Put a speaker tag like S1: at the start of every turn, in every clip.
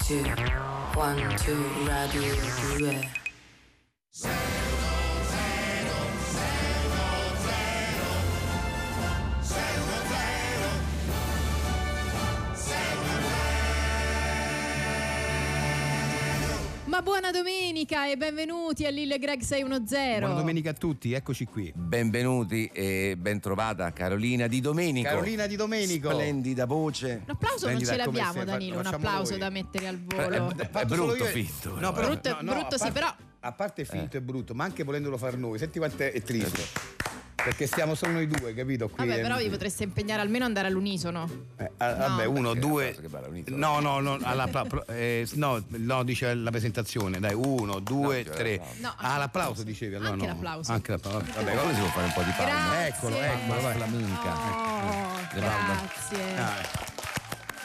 S1: two, one, two, radio 2.
S2: Ma buona domenica e benvenuti a Lille Greg 610.
S3: Buona domenica a tutti, eccoci qui.
S4: Benvenuti e bentrovata Carolina Di Domenico.
S3: Carolina Di Domenico.
S4: Splendida voce.
S2: Un applauso non
S3: Splendida,
S2: ce
S3: come
S2: l'abbiamo,
S3: se-
S2: Danilo, un
S3: facciamo
S2: applauso
S3: noi.
S2: da mettere al
S4: Eh,
S2: volo.
S4: beh,
S3: Fatto
S4: È brutto,
S3: solo io-
S4: finto, Eh.
S3: No,
S4: però.
S3: però,
S2: Brutto-
S3: no, no,
S2: brutto sì,
S3: a parte-
S2: però-
S3: A parte finto e brutto, ma anche volendolo far noi, senti quanto è, è
S4: Eh,
S3: triste. Perché stiamo solo noi due, capito? Qui
S2: Vabbè,
S3: è-
S2: però vi potreste impegnare almeno ad andare all'unisono.
S3: Eh, ah, Vabbè,
S2: No.
S3: uno,
S4: Perché
S3: due.
S4: applauso, che bello, unito.
S3: No, no, no, alla, pro- pro- eh, no, no, dice la presentazione. Dai, uno, due,
S4: cioè,
S3: tre.
S4: l'applauso.
S2: No,
S3: ah, l'applauso dicevi allora.
S2: Anche
S3: no.
S2: l'applauso.
S3: Anche l'applauso.
S4: Vabbè, come si può fare un po' di palma?
S2: Grazie.
S3: Eccolo, eccolo, vai.
S4: La
S3: ecco,
S4: minca.
S3: eh,
S2: Oh,
S4: Le bamba.
S2: grazie.
S3: Ah,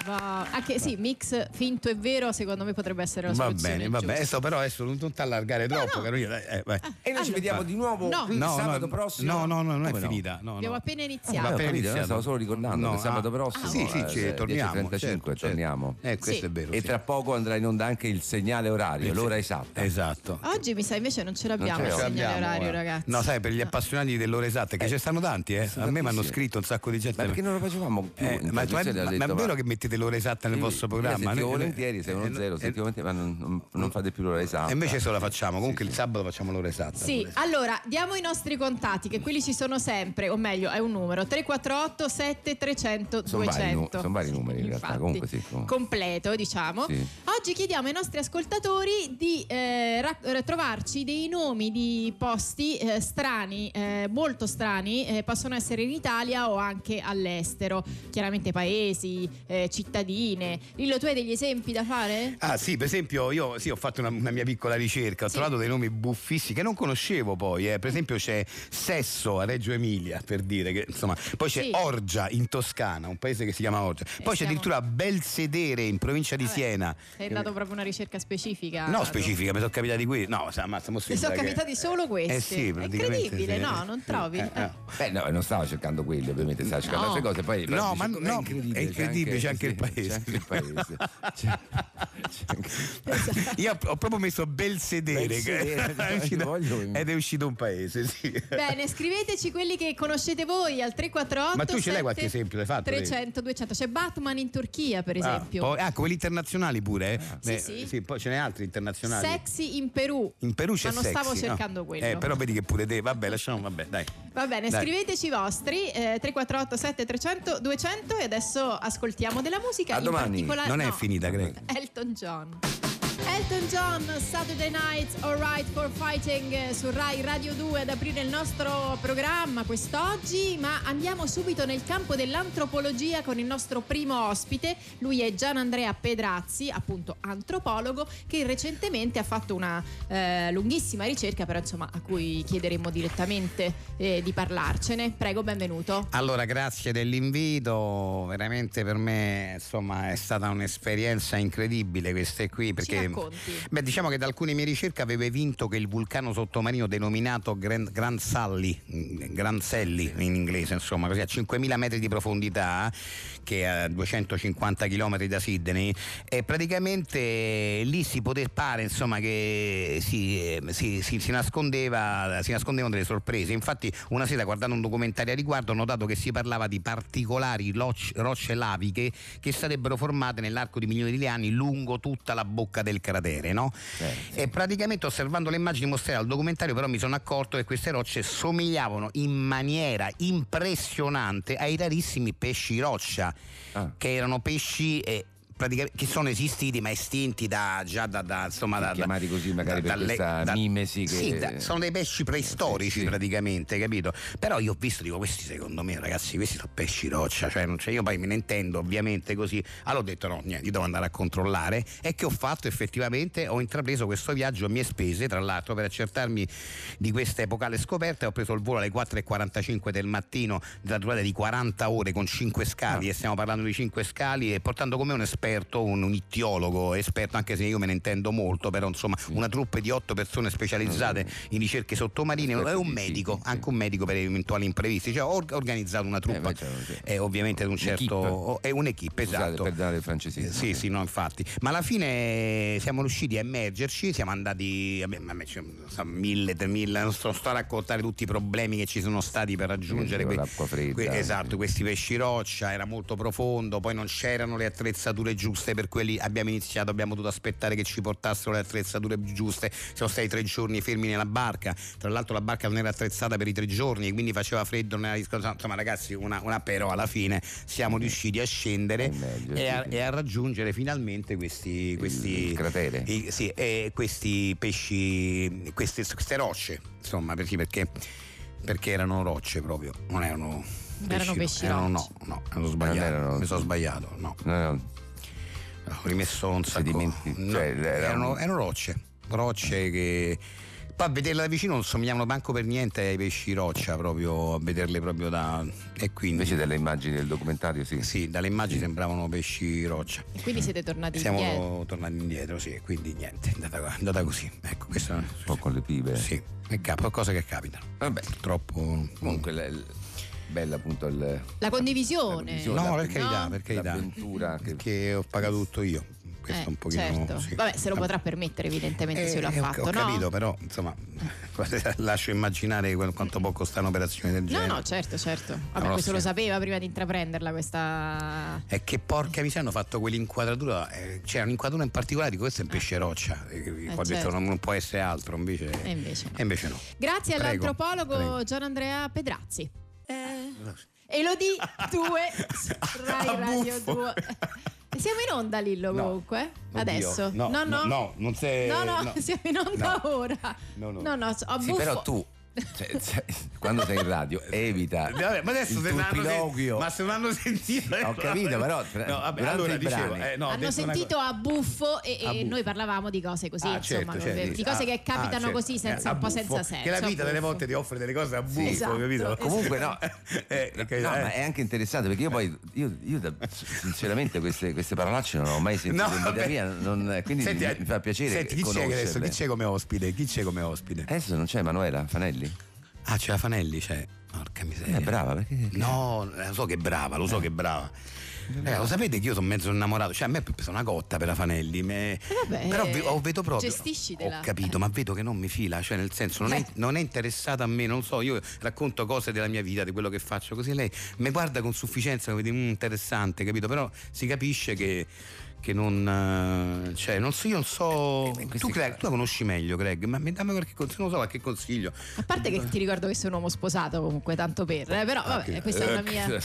S2: Va- Anche sì, mix finto e vero, secondo me potrebbe essere la
S3: va
S2: soluzione.
S3: bene, va bene.
S2: giusta.
S3: Adesso però adesso non ti allargare troppo,
S2: no. Ah.
S3: Carolina. dai, eh, vai.
S4: E noi ci vediamo di nuovo
S2: No.
S4: qui
S3: No,
S4: sabato
S3: no,
S4: prossimo.
S3: No, no, no, non è
S4: Come
S3: finita. No,
S2: Abbiamo
S3: no.
S2: appena
S3: Va
S2: iniziato.
S3: appena
S4: ho capito, eh,
S3: iniziato. ah,
S4: stavo solo ricordando che sabato prossimo,
S3: Sì, sì,
S4: eh,
S3: ci
S4: se-
S3: torniamo.
S4: 10:35
S3: certo,
S4: torniamo.
S3: certo. Eh, questo
S2: Sì.
S3: è vero.
S4: E
S3: sì.
S4: tra poco andrà in onda anche il segnale orario, l'ora esatta.
S3: Esatto.
S2: Oggi mi sa invece non ce l'abbiamo
S4: Non
S2: il
S4: ce
S2: segnale
S3: l'abbiamo,
S2: orario,
S3: eh.
S2: ragazzi.
S3: No, sai, per gli
S2: No.
S3: appassionati dell'ora esatta, che ce stanno tanti, eh. A me mi hanno
S4: tantissimi.
S3: scritto un sacco di gente.
S4: Ma perché non lo facevamo più? cioè,
S3: Eh,
S4: in
S3: ma, ma-
S4: trasmissione, ha
S3: ma-
S4: detto,
S3: ma è vero
S4: ma-
S3: che mettete l'ora esatta nel
S4: Sì,
S3: vostro
S4: io
S3: programma?
S4: Sentivo
S3: Noi-
S4: volentieri, se uno
S3: eh,
S4: zero,
S3: eh,
S4: sentivo volentieri, ma non, non- non fate più l'ora esatta.
S3: E invece se la facciamo, comunque
S4: Sì,
S3: il sabato facciamo l'ora esatta.
S2: Sì, allora diamo i nostri contatti che quelli ci sono sempre, o meglio è un numero 348 7300
S4: Sono vari
S2: 200.
S4: nu- sono vari numeri in realtà,
S2: Infatti.
S4: comunque sì, comunque.
S2: Completo diciamo.
S4: Sì.
S2: Oggi chiediamo ai nostri ascoltatori di eh, ra- eh, trovarci dei nomi di posti eh, strani, eh, molto strani, eh, possono essere in Italia o anche all'estero, chiaramente paesi, eh, cittadine. Lillo, tu hai degli esempi da fare?
S3: Ah sì, per esempio io sì, ho fatto una, una mia piccola ricerca, ho
S2: Sì.
S3: trovato dei nomi buffissimi che non conoscevo poi, eh. per esempio c'è Sesso a Reggio Emilia, per dire che insomma, poi c'è
S2: Sì.
S3: Orgia in Toscana, un paese che si chiama Orgia,
S2: Eh,
S3: poi c'è
S2: siamo-
S3: addirittura Belsedere in provincia di
S2: Vabbè,
S3: Siena.
S2: Sei dato proprio una ricerca specifica?
S3: No,
S2: Vado.
S3: specifica, mi sono capitati qui. No, sa- ma stiamo
S2: Mi sono
S3: che-
S2: capitati solo questi.
S3: Eh sì,
S2: È
S3: praticamente
S2: incredibile,
S3: sì.
S2: no? Non trovi?
S3: Eh, eh.
S4: Beh, no, non stava cercando quelli, ovviamente, stava cercando
S2: No.
S4: altre cose. Poi,
S3: No,
S4: dice,
S3: ma
S4: "Com'è
S3: no, è incredibile, c'è anche il
S4: sì,
S3: paese."
S4: C'è anche il paese. C'è- c'è anche-
S3: Io ho ho proprio messo Belsedere,
S4: Belsedere,
S3: che- è uscito-
S4: voglio-
S3: ed è uscito un paese, sì.
S2: Bene, scriveteci quelli che conoscete voi al 348.
S3: Ma tu ce l'hai qualche
S2: 7
S3: esempio? L'hai fatto,
S2: 300, 200. C'è Batman in Turchia, per esempio. Ah.
S3: Ah, poi- ah, quelli internazionali pure. eh. Beh,
S2: sì.
S3: poi ce n'è altri internazionali.
S2: Sexy in Perù.
S3: In Perù c'è
S2: Ma non
S3: sexy,
S2: stavo
S3: no?
S2: cercando quello.
S3: Eh, però vedi che pure te, vabbè, lasciamo, vabbè, dai.
S2: Va bene,
S3: Dai.
S2: scriveteci i vostri eh, 348 7300 200 e adesso ascoltiamo della musica.
S4: A
S2: in
S4: domani.
S2: particolare-
S3: Non è
S2: no,
S3: finita, Greg.
S2: Elton John. Elton John, Saturday Night, Alright for Fighting eh, su Rai Radio 2 ad aprire il nostro programma quest'oggi, ma andiamo subito nel campo dell'antropologia con il nostro primo ospite, lui è Gian Andrea Pedrazzi, appunto antropologo, che recentemente ha fatto una eh, lunghissima ricerca, però insomma a cui chiederemo direttamente eh, di parlarcene. Prego, benvenuto.
S3: Allora, grazie dell'invito. Veramente per me, insomma, è stata un'esperienza incredibile questa qui
S2: Ci
S3: perché
S2: racconti?
S3: Beh, diciamo che da alcune mie ricerche aveva vinto che il vulcano sottomarino denominato Gran, Gran Sally, mh, Gran Sally in inglese, insomma, così a 5.000 metri di profondità, che è a 250 km da Sydney, e praticamente eh, lì si poteva insomma, che si, eh, si- si- si nascondeva, si nascondevano delle sorprese. Infatti, una sera guardando un documentario a riguardo ho notato che si parlava di particolari loc- rocce laviche che sarebbero formate nell'arco di milioni di anni lungo tutta la bocca del cratere, no?
S4: Certo.
S3: E praticamente osservando le immagini mostrate al documentario, però mi sono accorto che queste rocce somigliavano in maniera impressionante ai rarissimi pesci roccia,
S4: Ah.
S3: che erano pesci. eh, pratica- che sono esistiti ma estinti da già da, da- insomma da, da-
S4: Chiamati così magari per
S3: dalle-
S4: questa mimesi che- Eh,
S3: sì, da- sono dei pesci preistorici
S4: Sì, sì.
S3: praticamente capito però io ho visto dico questi secondo me ragazzi questi sono pesci roccia cioè, non c'è- io poi me ne intendo ovviamente così allora ho detto no niente io devo andare a controllare e che ho fatto effettivamente ho intrapreso questo viaggio a mie spese tra l'altro per accertarmi di questa epocale scoperta ho preso il volo alle 4.45 del mattino della durata di 40 ore con 5 scali e stiamo parlando di 5 scali e portando con me un esperto esperto, un, un ittiologo esperto, anche se io me ne intendo molto, però insomma una troupe di otto persone specializzate in ricerche sottomarine
S4: Esperti
S3: e un
S4: di-
S3: medico,
S4: sì, sì.
S3: anche un medico per eventuali imprevisti, cioè ho or- organizzato una
S4: Eh,
S3: truppa,
S4: ma c'è- c'è-
S3: è ovviamente ad un
S4: Un'equipe.
S3: certo... o- è un'equipe,
S4: Scusate,
S3: esatto.
S4: per dare il francesismo.
S3: Eh, Sì, sì, no, infatti. Ma alla fine eh, siamo riusciti a emergerci, siamo andati, vabbè, ma me- cioè, sa, mille, tre mille, non sto, sto a raccontare tutti i problemi che ci sono stati per raggiungere
S4: Con
S3: que-
S4: l'acqua fredda.
S3: que- esatto, questi pesci roccia, era molto profondo, poi non c'erano le attrezzature giuste per quelli, abbiamo iniziato, abbiamo dovuto aspettare che ci portassero le attrezzature giuste, siamo stati tre giorni fermi nella barca, tra l'altro la barca non era attrezzata per i tre giorni, quindi faceva freddo, non era riscaldata, insomma ragazzi, una, una però alla fine siamo riusciti a scendere
S4: Emergerci,
S3: e a,
S4: sì.
S3: e a raggiungere finalmente questi, questi,
S4: il cratere.
S3: i- sì, e questi pesci, queste, queste rocce, insomma, perché, perché, perché erano rocce proprio, non erano
S2: erano pesci
S3: erano-
S2: rocce.
S3: No, no, erano sbagliato,
S4: erano-
S3: mi sono sbagliato, no,
S4: No, no,
S3: ho rimesso un
S4: Si
S3: sacco,
S4: dimenti-
S3: no,
S4: cioè, era
S3: erano,
S4: un- Eh.
S3: erano rocce, rocce che... Poi a vederla da vicino non somigliavano manco per niente ai pesci roccia, proprio a vederle proprio da... E quindi...
S4: invece delle immagini del documentario, sì.
S3: sì, dalle immagini sembravano pesci roccia.
S2: E quindi siete tornati
S3: Siamo
S2: indietro.
S3: tornati indietro, sì, e quindi niente, è andata, è andata così. Ecco, questo
S4: Un po' con le pibe.
S3: sì, è cap- cose che capitano.
S4: Vabbè,
S3: Purtroppo
S4: comunque la- la- bella appunto il,
S2: La
S4: la
S2: condivisione.
S4: condivisione,
S3: No,
S4: la-
S3: per carità,
S2: no.
S3: per carità.
S4: l'avventura che-
S3: Perché ho pagato tutto io. Questo
S2: Eh,
S3: è un pochino
S2: certo.
S3: sì.
S2: Vabbè, se lo potrà permettere, evidentemente,
S3: Eh,
S2: se lo ha
S3: eh, ho-
S2: fatto,
S3: Ho
S2: no?
S3: capito, però, insomma, lascio immaginare quel- quanto può costare un'operazione del
S2: No,
S3: genere.
S2: no, certo, certo. Vabbè,
S3: prossima.
S2: questo lo sapeva prima di intraprenderla questa...
S3: È che porca miseria hanno fatto quell'inquadratura, eh, c'era un'inquadratura in particolare di questo è un pesce roccia, eh, che ho
S2: certo.
S3: detto non, non può essere altro, invece,
S2: E invece no.
S3: e invece no.
S2: Grazie
S3: Eh, Prego,
S2: all'antropologo
S3: prego.
S2: Gianandrea Pedrazzi.
S4: Eh.
S2: Elodie 2 su Rai
S3: Ah,
S2: Radio
S3: buffo.
S2: 2. Eh, Siamo in onda Lillo
S3: No.
S2: comunque?
S3: Oddio,
S2: Adesso?
S3: no,
S2: no,
S3: no, no, non sei-
S2: No, no,
S3: no.
S2: siamo in onda
S3: No.
S2: ora.
S3: No, no.
S2: so- ho
S4: Sì,
S2: buffo.
S4: però tu, cioè, cioè, quando sei in radio, evita
S3: Eh, Vabbè, ma adesso
S4: il
S3: se non hanno sen-
S4: turpiloquio.
S3: ma se non hanno sentito
S4: oh.
S3: ecco.
S4: Ho capito, però, tra-
S3: no, vabbè,
S4: durante
S3: allora
S4: i
S3: dicevo,
S4: brani.
S3: eh, no, ho
S2: Hanno
S3: detto una
S2: sentito
S3: cosa-
S2: a buffo e, e
S3: A buffo.
S2: noi parlavamo di cose così,
S3: Ah,
S2: insomma,
S3: certo,
S2: non-
S3: certo,
S2: di
S3: dici,
S2: cose
S3: ah,
S2: che capitano
S3: ah, certo.
S2: così, senza,
S3: Eh,
S2: un po'
S3: a
S2: senza
S3: buffo.
S2: senso.
S3: Che la
S2: a
S3: vita delle
S2: buffo.
S3: volte ti offre delle cose a buffo,
S2: Esatto,
S3: capito?
S2: esatto.
S4: Comunque no,
S3: Eh,
S4: no,
S3: capito, eh.
S4: ma è anche interessante perché io poi, io, io da- sinceramente queste, queste parolacce non ho mai sentito
S3: No,
S4: in vita
S3: vabbè.
S4: mia, non- eh, quindi
S3: Senti,
S4: mi, mi fa piacere
S3: Senti, chi c'è, che adesso,
S4: conoscerle. Eh.
S3: chi c'è come ospite? Chi c'è come ospite?
S4: Adesso non c'è Emanuela Fanelli?
S3: Ah, c'è la Fanelli, c'è. Porca miseria.
S4: È brava perché...
S3: No, eh, lo so che è brava, lo so che è brava. Eh, lo sapete che io sono mezzo innamorato, cioè a me è preso una cotta per la Fanelli, me-
S2: vabbè,
S3: però vi- oh, vedo proprio.
S2: gestiscitela.
S3: Ho capito, ma vedo che non mi fila, cioè nel senso non è,
S2: Eh.
S3: non è interessata a me, non so, io racconto cose della mia vita, di quello che faccio, così lei mi guarda con sufficienza, come dire, "Mm, interessante, capito? Però si capisce che, che non... eh, cioè non so, io non so...
S4: eh, questi-
S3: tu, Greg, tu la conosci meglio, Greg, ma mi dammi qualche consiglio, non so qualche consiglio.
S2: A parte che ti ricordo che sei un uomo sposato comunque, tanto per, eh, però vabbè, questa è una
S4: Eh,
S2: mia...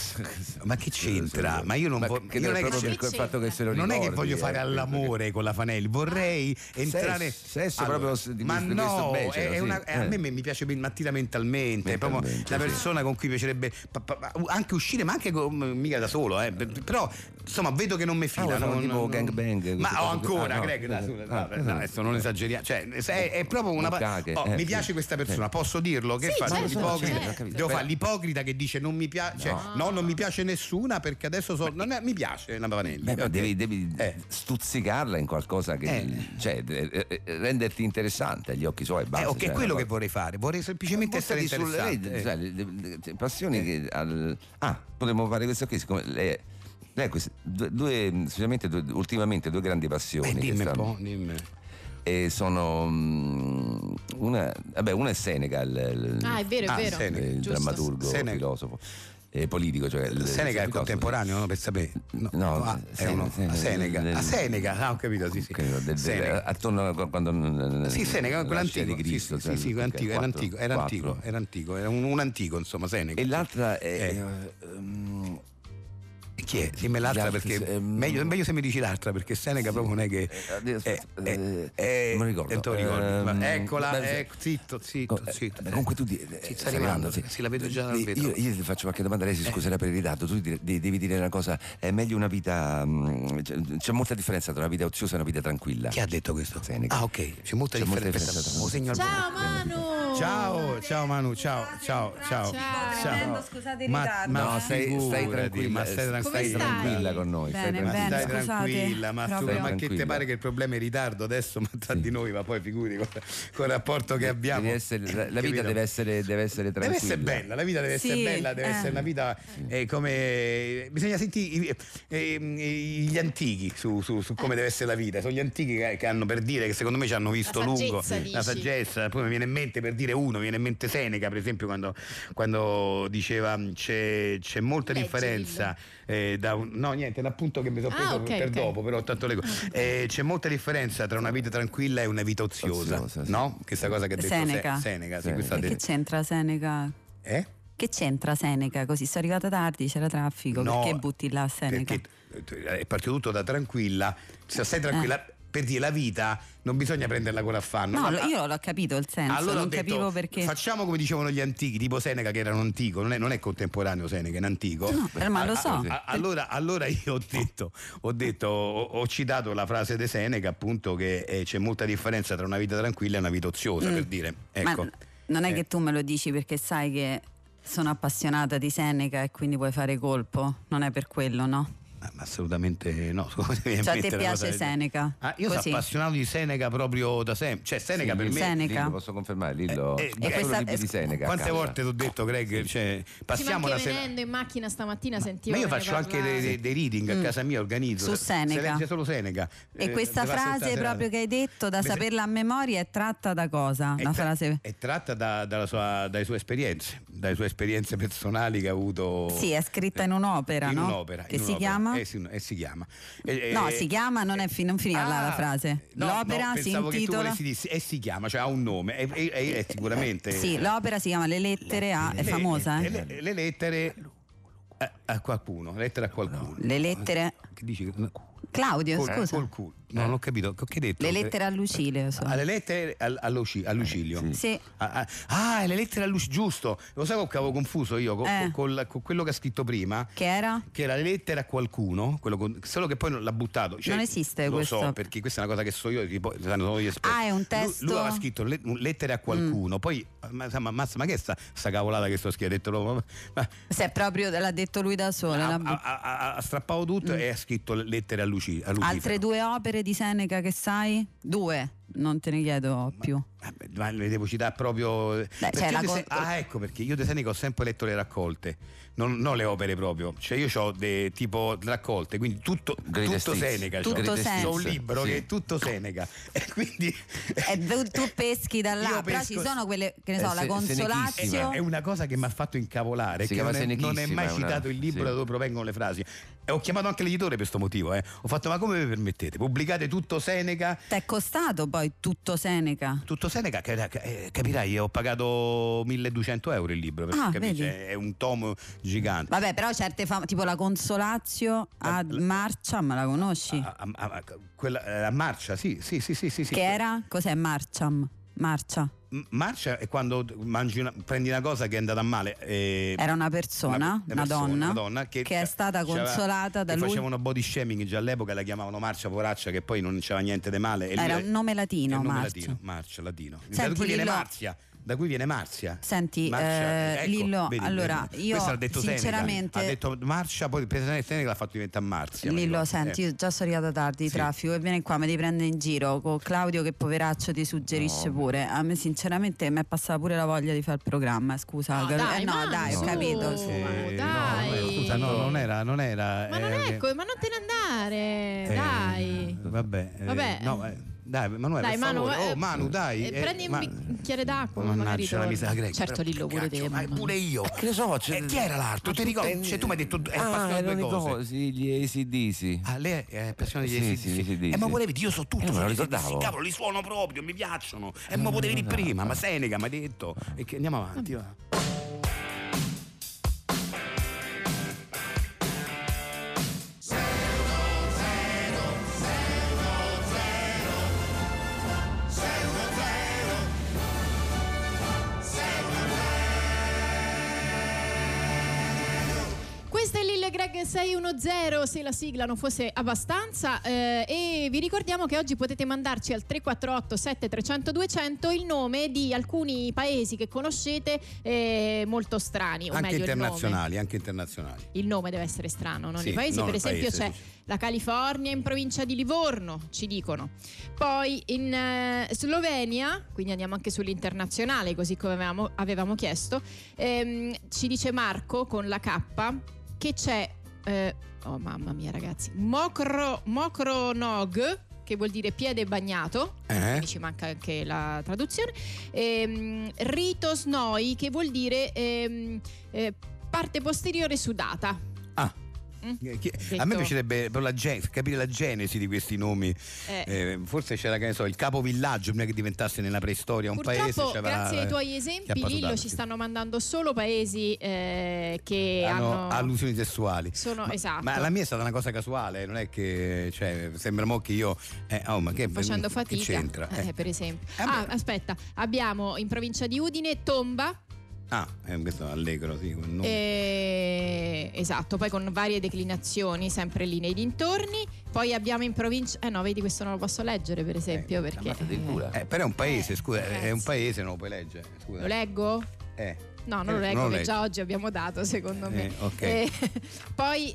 S3: Ma che c'entra? Ma io non voglio-
S4: Che
S3: io non è che
S4: proprio
S2: c'è-
S4: per quel fatto che se lo
S3: non è che
S4: ricordi,
S3: voglio
S4: eh,
S3: fare
S4: penso
S3: all'amore con la Fanelli, vorrei entrare.
S4: sesso proprio s- di
S3: ma
S4: questo- di questo
S3: no, è-
S4: becero,
S3: è
S4: sì.
S3: una- è- a me
S4: Eh.
S3: mi piace ben mattina mentalmente. è proprio
S4: Mentalmente,
S3: la
S4: sì.
S3: persona con cui piacerebbe pa- pa- pa- anche uscire, ma anche con- mica da solo. eh, per- Però insomma, vedo che non mi fila.
S4: Ah, fanno
S3: non-
S4: tipo
S3: non-
S4: gangbang, queste
S3: Ma
S4: cose
S3: ho
S4: qui.
S3: ancora,
S4: Ah, no.
S3: Greg. dai, su,
S4: Ah,
S3: dai,
S4: esatto.
S3: dai, adesso non esageriamo. Cioè, se- è, è proprio una. pa-
S4: Bucate,
S3: oh,
S4: eh,
S3: mi
S4: sì.
S3: piace questa persona, posso dirlo? Che
S2: Sì,
S3: faccio?
S2: certo,
S3: L'ipocrita?
S2: certo.
S3: Devo fare l'ipocrita che dice non mi piace. cioè,
S4: No.
S3: no, non mi piace nessuna perché adesso so- non è- mi piace la Vanelli.
S4: Beh, ma
S3: Ok.
S4: devi, devi
S3: Eh.
S4: stuzzicarla in qualcosa che
S3: Eh.
S4: cioè, eh, eh, renderti interessante agli occhi suoi. Basta,
S3: Eh, ok,
S4: cioè,
S3: è quello che
S4: una cosa-
S3: vorrei fare, vorrei semplicemente essere
S4: Buttati sulle-
S3: interessante. eh.
S4: lei, sai, le- le- le passioni che al- ah, potremmo fare questo qui, siccome lei, è- lei ha queste- due, due, sicuramente due- ultimamente due grandi passioni
S3: Beh,
S4: che
S3: Eh, dimmi un
S4: stanno-
S3: po', dimmi.
S4: e sono mm, una, vabbè, una è Senegal, il-
S2: Ah, è vero, è
S3: Ah,
S2: vero.
S3: sì,
S4: il
S2: Giusto.
S4: drammaturgo,
S3: Senegal.
S4: filosofo e politico. Cioè, il-
S3: Seneca è
S4: filosofo.
S3: contemporaneo, no? Per sapere.
S4: No, eh,
S3: ah, è
S4: Sen-
S3: uno-
S4: Sen-
S3: a Seneca.
S4: del-
S3: a Seneca, ah, ho capito, sì, sì.
S4: Ok, del- del-
S3: Seneca.
S4: attorno a quando mm,
S3: Sì, Seneca,
S4: la
S3: quello
S4: nascita
S3: antico.
S4: di Cristo,
S3: sì, sì,
S4: cioè,
S3: sì, sì,
S4: ok,
S3: antico, era
S4: quattro-
S3: antico, era
S4: quattro.
S3: antico, era antico, era un, un antico, Eh. insomma, Seneca.
S4: E l'altra è eh,
S3: Chi è? Dimmi l'altra
S4: Gli altri,
S3: perché
S4: se- ehm,
S3: meglio, meglio se mi dici l'altra perché Seneca proprio non è che
S4: Eh, adesso,
S3: eh,
S4: eh,
S3: eh,
S4: non mi ricordo.
S3: eh, te lo ricordi.
S4: Ehm,
S3: Ma eccola,
S4: beh,
S3: ecco, zitto, zitto,
S4: Co- eh,
S3: zitto.
S4: Comunque tu di- eh,
S3: Sì, sta
S4: stai
S3: arrivando,
S4: arrivando, sì.
S3: sì, la vedo già dal
S4: Di-
S3: vetro. Eh.
S4: Io, io ti faccio qualche domanda, lei si scuserà per il ritardo. Tu di- di- devi dire una cosa: è meglio una vita. mm, c'è, c'è molta differenza tra una vita oziosa e una vita tranquilla.
S3: Chi ha detto questo?
S4: Seneca.
S3: Ah, ok, c'è molta
S4: C'è molta
S3: differenza.
S4: differenza.
S3: Aspetta, lo segno al
S2: Ciao
S3: volo.
S2: Manu!
S3: Ciao, ciao Manu, ciao, ciao, ciao.
S2: Ciao.
S3: ciao.
S5: Tremendo, scusate il
S3: Ma,
S5: ritardo,
S3: Ah, ma
S4: No, stai- stai
S3: figurati,
S4: tranquilla,
S3: ma
S4: eh,
S3: stai,
S2: Come stai
S4: stai
S2: stare.
S4: tranquilla con noi. stai
S5: Bene,
S4: tranquilla.
S5: bene,
S3: Stai
S5: scusate,
S3: tranquilla, ma, tu,
S5: proprio.
S3: ma che
S4: Tranquilla.
S3: te pare che il problema è il ritardo adesso, ma tra
S4: Sì.
S3: di noi, ma poi figuri con, con il rapporto che abbiamo.
S4: Devi essere- la, la vita
S3: Capito?
S4: deve essere, deve essere
S3: Deve
S4: tranquilla.
S3: essere bella, la vita deve
S5: Sì,
S3: essere bella, deve
S5: eh.
S3: essere una vita eh, come. Bisogna sentire eh, eh, gli antichi su, su- su come deve essere la vita. Sono gli antichi che, che hanno per dire che secondo me ci hanno visto lungo
S2: saggezza, dici?
S3: la saggezza. Poi mi viene in mente per dire uno, mi viene in mente Seneca, per esempio, quando, quando diceva "Mh, c'è, c'è molta
S2: Leggi,
S3: differenza. eh, da un- no, niente, l'appunto che mi sono
S2: Ah,
S3: preso
S2: ok,
S3: per
S2: ok.
S3: dopo, però tanto leggo. Eh, c'è molta differenza tra una vita tranquilla e una vita oziosa.
S4: Oziosa, sì.
S3: No? Questa cosa che ha detto Se-
S5: Seneca.
S3: Seneca, sì,
S4: Seneca.
S3: questa ha
S5: E che
S3: detto-
S5: c'entra Seneca?
S3: Eh?
S5: Che c'entra Seneca? Così sono arrivata tardi, c'era traffico.
S3: No,
S5: perché butti là Seneca?
S3: Perché tu- è partito tutto da tranquilla, se stai tranquilla, per dire la vita non bisogna prenderla con affanno.
S5: Eh. No,
S3: Ma-
S5: io l'ho capito il senso,
S3: allora ho
S5: non
S3: detto,
S5: capivo perché.
S3: Facciamo come dicevano gli antichi, tipo Seneca che era un antico, non è, non è contemporaneo Seneca, è un antico.
S5: No, eh, ma lo so.
S3: A- a- allora, allora io ho detto, ho, detto ho, ho citato la frase di Seneca appunto che eh, c'è molta differenza tra una vita tranquilla e una vita oziosa,
S5: Mm.
S3: per dire.
S5: Ma
S3: Ecco.
S5: non è
S3: Eh.
S5: che tu me lo dici perché sai che sono appassionata di Seneca e quindi puoi fare colpo. Non è per quello, no?
S3: Ah, ma assolutamente no. Scusa, mi viene in
S5: Cioè, a
S3: mente
S5: te
S3: una cosa
S5: piace
S3: del-
S5: Seneca?
S3: Ah, io sono
S5: Così.
S3: appassionato di Seneca proprio da sempre. Cioè, Seneca per me.
S5: Seneca.
S4: Lillo, posso confermare, Lillo.
S3: Eh, eh,
S4: è
S3: eh,
S4: solo
S5: questa-
S4: libri di Seneca.
S3: Quante
S4: caccia.
S3: volte ti ho detto, Greg? Cioè, passiamo
S2: sì, ma
S3: la
S2: anche
S3: sera.
S2: venendo in macchina stamattina sentivo
S3: Ma io
S2: che ne
S3: faccio anche
S2: parlavi.
S3: dei, dei- dei reading a
S5: Mm.
S3: casa mia, organizzo.
S5: Su
S3: Se-
S5: Seneca.
S3: Se legge solo Seneca.
S5: E
S3: Eh,
S5: questa
S3: deve passare
S5: frase
S3: tutta la
S5: proprio che hai detto, da
S3: Beh, se-
S5: saperla a memoria, è tratta da cosa?
S3: è
S5: Una
S3: tra- eh,
S5: frase.
S3: È tratta da- dalla sua- dalle sue esperienze, dalle sue esperienze personali che ha avuto.
S5: Sì, è scritta in un'opera,
S3: eh, in
S5: no?
S3: un'opera,
S5: Che
S3: in
S5: si
S3: un'opera.
S5: chiama?
S3: Eh, sì, e si chiama. E-
S5: No,
S3: e-
S5: si chiama, non è fi- non finiva là la
S3: Ah,
S5: frase.
S3: no,
S5: L'opera
S3: no,
S5: si
S3: pensavo che tu
S5: intitola-
S3: volessi dire- e si chiama, cioè ha un nome, è, è- è- è sicuramente.
S5: Sì, l'opera si chiama Le lettere a. È
S3: Le-
S5: famosa, eh?
S3: Le, le lettere a, a qualcuno, lettere a qualcuno.
S5: Le lettere.
S3: Che dici?
S5: Claudio,
S3: Col-
S5: scusa.
S3: col culo. No, non ho capito. Che hai detto?
S5: Le lettere a Lucilio. so.
S3: Alle lettere al- a, Luci- a Lucilio.
S5: Sì.
S3: Ah, ah, ah, le lettere a Lucilio, giusto. Lo sai che avevo confuso io co-
S5: Eh.
S3: col- con quello che ha scritto prima?
S5: Che era?
S3: che era le lettere a qualcuno, quello con- solo che poi non- l'ha buttato. Cioè,
S5: Non esiste
S3: lo
S5: questo.
S3: so, perché questa è una cosa che so io, che poi sono gli esperti.
S5: Ah, è un
S3: Lui-
S5: testo? Mm.
S3: Lui, aveva scritto le- un- lettere a qualcuno, poi, ma, sa- ma, mazza, ma che è sta, sta cavolata che sto scrivendo? Ha detto, no, ma- ma-
S5: Se è proprio, l'ha detto lui da solo.
S3: ha,
S5: l'ha
S3: ha-
S5: bu- Mm.
S3: ha- ha- ha strappato tutto e ha scritto le- lettere a, Luci, a Lucifero.
S5: Altre due opere di Seneca che sai? Due, non te ne chiedo più.
S3: Ah, beh, Ma le devo citare proprio. eh, Perché
S5: cioè,
S3: io
S5: la
S3: di Sen-
S5: con-
S3: Ah, ecco perché io di Seneca ho sempre letto le raccolte, non, non le opere proprio. Cioè, io ho tipo raccolte, quindi tutto,
S4: Greatest
S3: tutto
S4: hits.
S3: Seneca.
S5: Tutto
S3: c'ho.
S5: Seneca.
S3: C'ho un libro
S4: Sì.
S3: che è tutto Seneca. E quindi.
S5: Eh, tu, tu peschi da là,
S3: Io
S5: però
S3: pesco-
S5: ci sono quelle, che ne so,
S4: Eh,
S5: la
S4: se-
S5: Consolazio.
S4: senechissima.
S3: È una cosa che mi ha fatto incavolare.
S4: Si
S3: che
S4: chiama
S3: non, è, non è
S4: Senechissima,
S3: mai
S4: è una-
S3: citato il libro
S4: sì.
S3: da dove provengono le frasi. E ho chiamato anche l'editore per questo motivo. eh. Ho fatto, ma come vi permettete? Pubblicate tutto Seneca.
S5: Ti è costato poi tutto Seneca.
S3: Tutto Seneca, che- eh, capirai, ho pagato 1200 euro il libro, perché
S5: Ah,
S3: capisci?
S5: vedi.
S3: è un tomo gigante.
S5: Vabbè, però certe fam- tipo la Consolazio a
S3: La- la-
S5: Marcia, ma la conosci?
S3: A, a- a- a- quella, eh, a marcia, sì, sì, sì, Ah, sì, sì, sì.
S5: che era? Cos'è Marciam? Marcia.
S3: M- Marcia è quando mangi una- prendi una cosa che è andata male. eh,
S5: Era una persona, una,
S3: persona,
S5: donna,
S3: una donna
S5: che, è stata
S3: c'aveva-
S5: consolata da
S3: che
S5: lui.
S3: Facevano body shaming già all'epoca, la chiamavano Marcia Poraccia, che poi non c'era niente di male. e lui
S5: Era
S3: è-
S5: un nome latino,
S3: è un nome
S5: Marcia.
S3: latino, Marcia, latino. da
S5: Senti,
S3: cui viene
S5: Lillo-
S3: Marzia. Da cui viene Marzia.
S5: Senti,
S3: Marcia,
S5: eh,
S3: ecco,
S5: Lillo,
S3: vedi,
S5: allora
S3: vedi.
S5: io
S3: Questo l'ha detto Seneca.
S5: sinceramente...
S3: Ha detto Marcia, poi il presidente Seneca l'ha fatto diventare Marzia. mi
S5: Lillo,
S3: ricordo.
S5: senti,
S3: Eh.
S5: io già sono arrivata tardi,
S3: Sì.
S5: traffico e vieni qua, mi devi prendere in giro con Claudio che poveraccio ti suggerisce pure. A me sinceramente mi è passata pure la voglia di fare il programma, scusa.
S2: No,
S5: Gab-
S2: dai,
S5: eh, no,
S2: ma
S5: dai, ho
S2: su.
S5: capito.
S2: Sì.
S5: Eh,
S2: Oh,
S3: Eh,
S2: dai.
S3: no, no, scusa, no, non era, non era.
S2: Ma non
S3: eh,
S2: è
S3: che-
S2: ecco, ma non te ne andare,
S3: eh,
S2: dai.
S3: Vabbè, eh,
S2: Vabbè.
S3: no, eh, dai, Manuele,
S2: Dai,
S3: per
S2: Manu,
S3: favore.
S2: eh,
S3: oh, Manu, dai.
S2: eh, prendi un bicchiere d'acqua, magari
S3: Mannaggia, la
S2: torni.
S3: miseria greca.
S2: Certo, Lillo, pure te,
S3: Ma
S2: mamma
S3: pure io.
S4: Eh, Che ne so, c'è-
S3: E chi era l'altro?
S4: Ma
S3: Ti ricordi?
S4: eh,
S3: Cioè, tu mi hai detto è
S4: ah,
S3: appassionato
S4: erano
S3: di
S4: i
S3: cose.
S4: cosi, gli ACDC.
S3: Ah, lei è appassionata di
S4: Sì,
S3: ACDC?
S4: sì, sì, sì,
S3: Eh, ma
S4: sì.
S3: volevi dire, io so tutto.
S4: Eh, me lo
S3: sono
S4: ricordavo. Eh,
S3: ACDC, Cavolo, li suono proprio, mi piacciono. E ma potevi dire prima, ma Seneca mi hai detto. E che andiamo avanti, va.
S2: Questo è Lillo e Greg 610 se la sigla non fosse abbastanza eh, e vi ricordiamo che oggi potete mandarci al 348 7300 200 il nome di alcuni paesi che conoscete eh, molto strani o
S3: anche
S2: meglio il nome.
S3: internazionali, anche internazionali.
S2: Il nome deve essere strano, non
S3: Sì,
S2: i paesi,
S3: non
S2: per
S3: il
S2: esempio
S3: paese,
S2: c'è
S3: dici.
S2: la California in provincia di Livorno, ci dicono. Poi in eh, Slovenia, quindi andiamo anche sull'internazionale, così come avevamo, avevamo chiesto, ehm, ci dice Marco con la K che c'è, eh, oh mamma mia ragazzi, Mokro, Mokronog, che vuol dire piede bagnato,
S3: Eh?
S2: quindi ci manca anche la traduzione. Ehm, ritos noi, che vuol dire ehm, eh, parte posteriore sudata.
S3: Ah.
S2: Mm?
S3: Chi- A
S2: Detto-
S3: me piacerebbe proprio la gen- capire la genesi di questi nomi.
S2: Eh,
S3: Eh, forse c'era che ne so, il capovillaggio prima che diventasse nella preistoria un paese.
S2: Purtroppo,
S3: c'era-
S2: grazie ai tuoi
S3: che ha
S2: esempi,
S3: passato
S2: Lillo
S3: tanto,
S2: ci
S3: sì.
S2: stanno mandando solo paesi eh, che
S3: hanno,
S2: hanno.
S3: allusioni sessuali.
S2: sono
S3: ma,
S2: esatto.
S3: ma la mia è stata una cosa casuale, non è che cioè, sembra mo che io. eh, oh, ma che,
S2: facendo
S3: che
S2: fatica,
S3: c'entra?
S2: eh,
S3: Eh.
S2: per esempio.
S3: Eh,
S2: ah,
S3: beh.
S2: aspetta, abbiamo in provincia di Udine Tomba,
S3: Ah, eh, questo è allegro, sì. quel nome.
S2: Eh, esatto, poi con varie declinazioni, sempre lì nei dintorni. Poi abbiamo in provincia. Eh no, vedi, questo non lo posso leggere, per esempio,
S3: Eh,
S2: perché.
S4: ammazzate il culo.
S2: eh,
S3: Eh, però è un paese,
S2: Eh,
S3: scusa, è un
S2: ragazzi.
S3: paese, non lo puoi leggere. Scusa.
S2: lo leggo?
S3: Eh.
S2: No,
S3: Eh,
S2: non lo leggo,
S3: non lo
S2: che
S3: leggi.
S2: già oggi abbiamo dato, secondo me.
S3: Eh, ok.
S2: Eh, poi.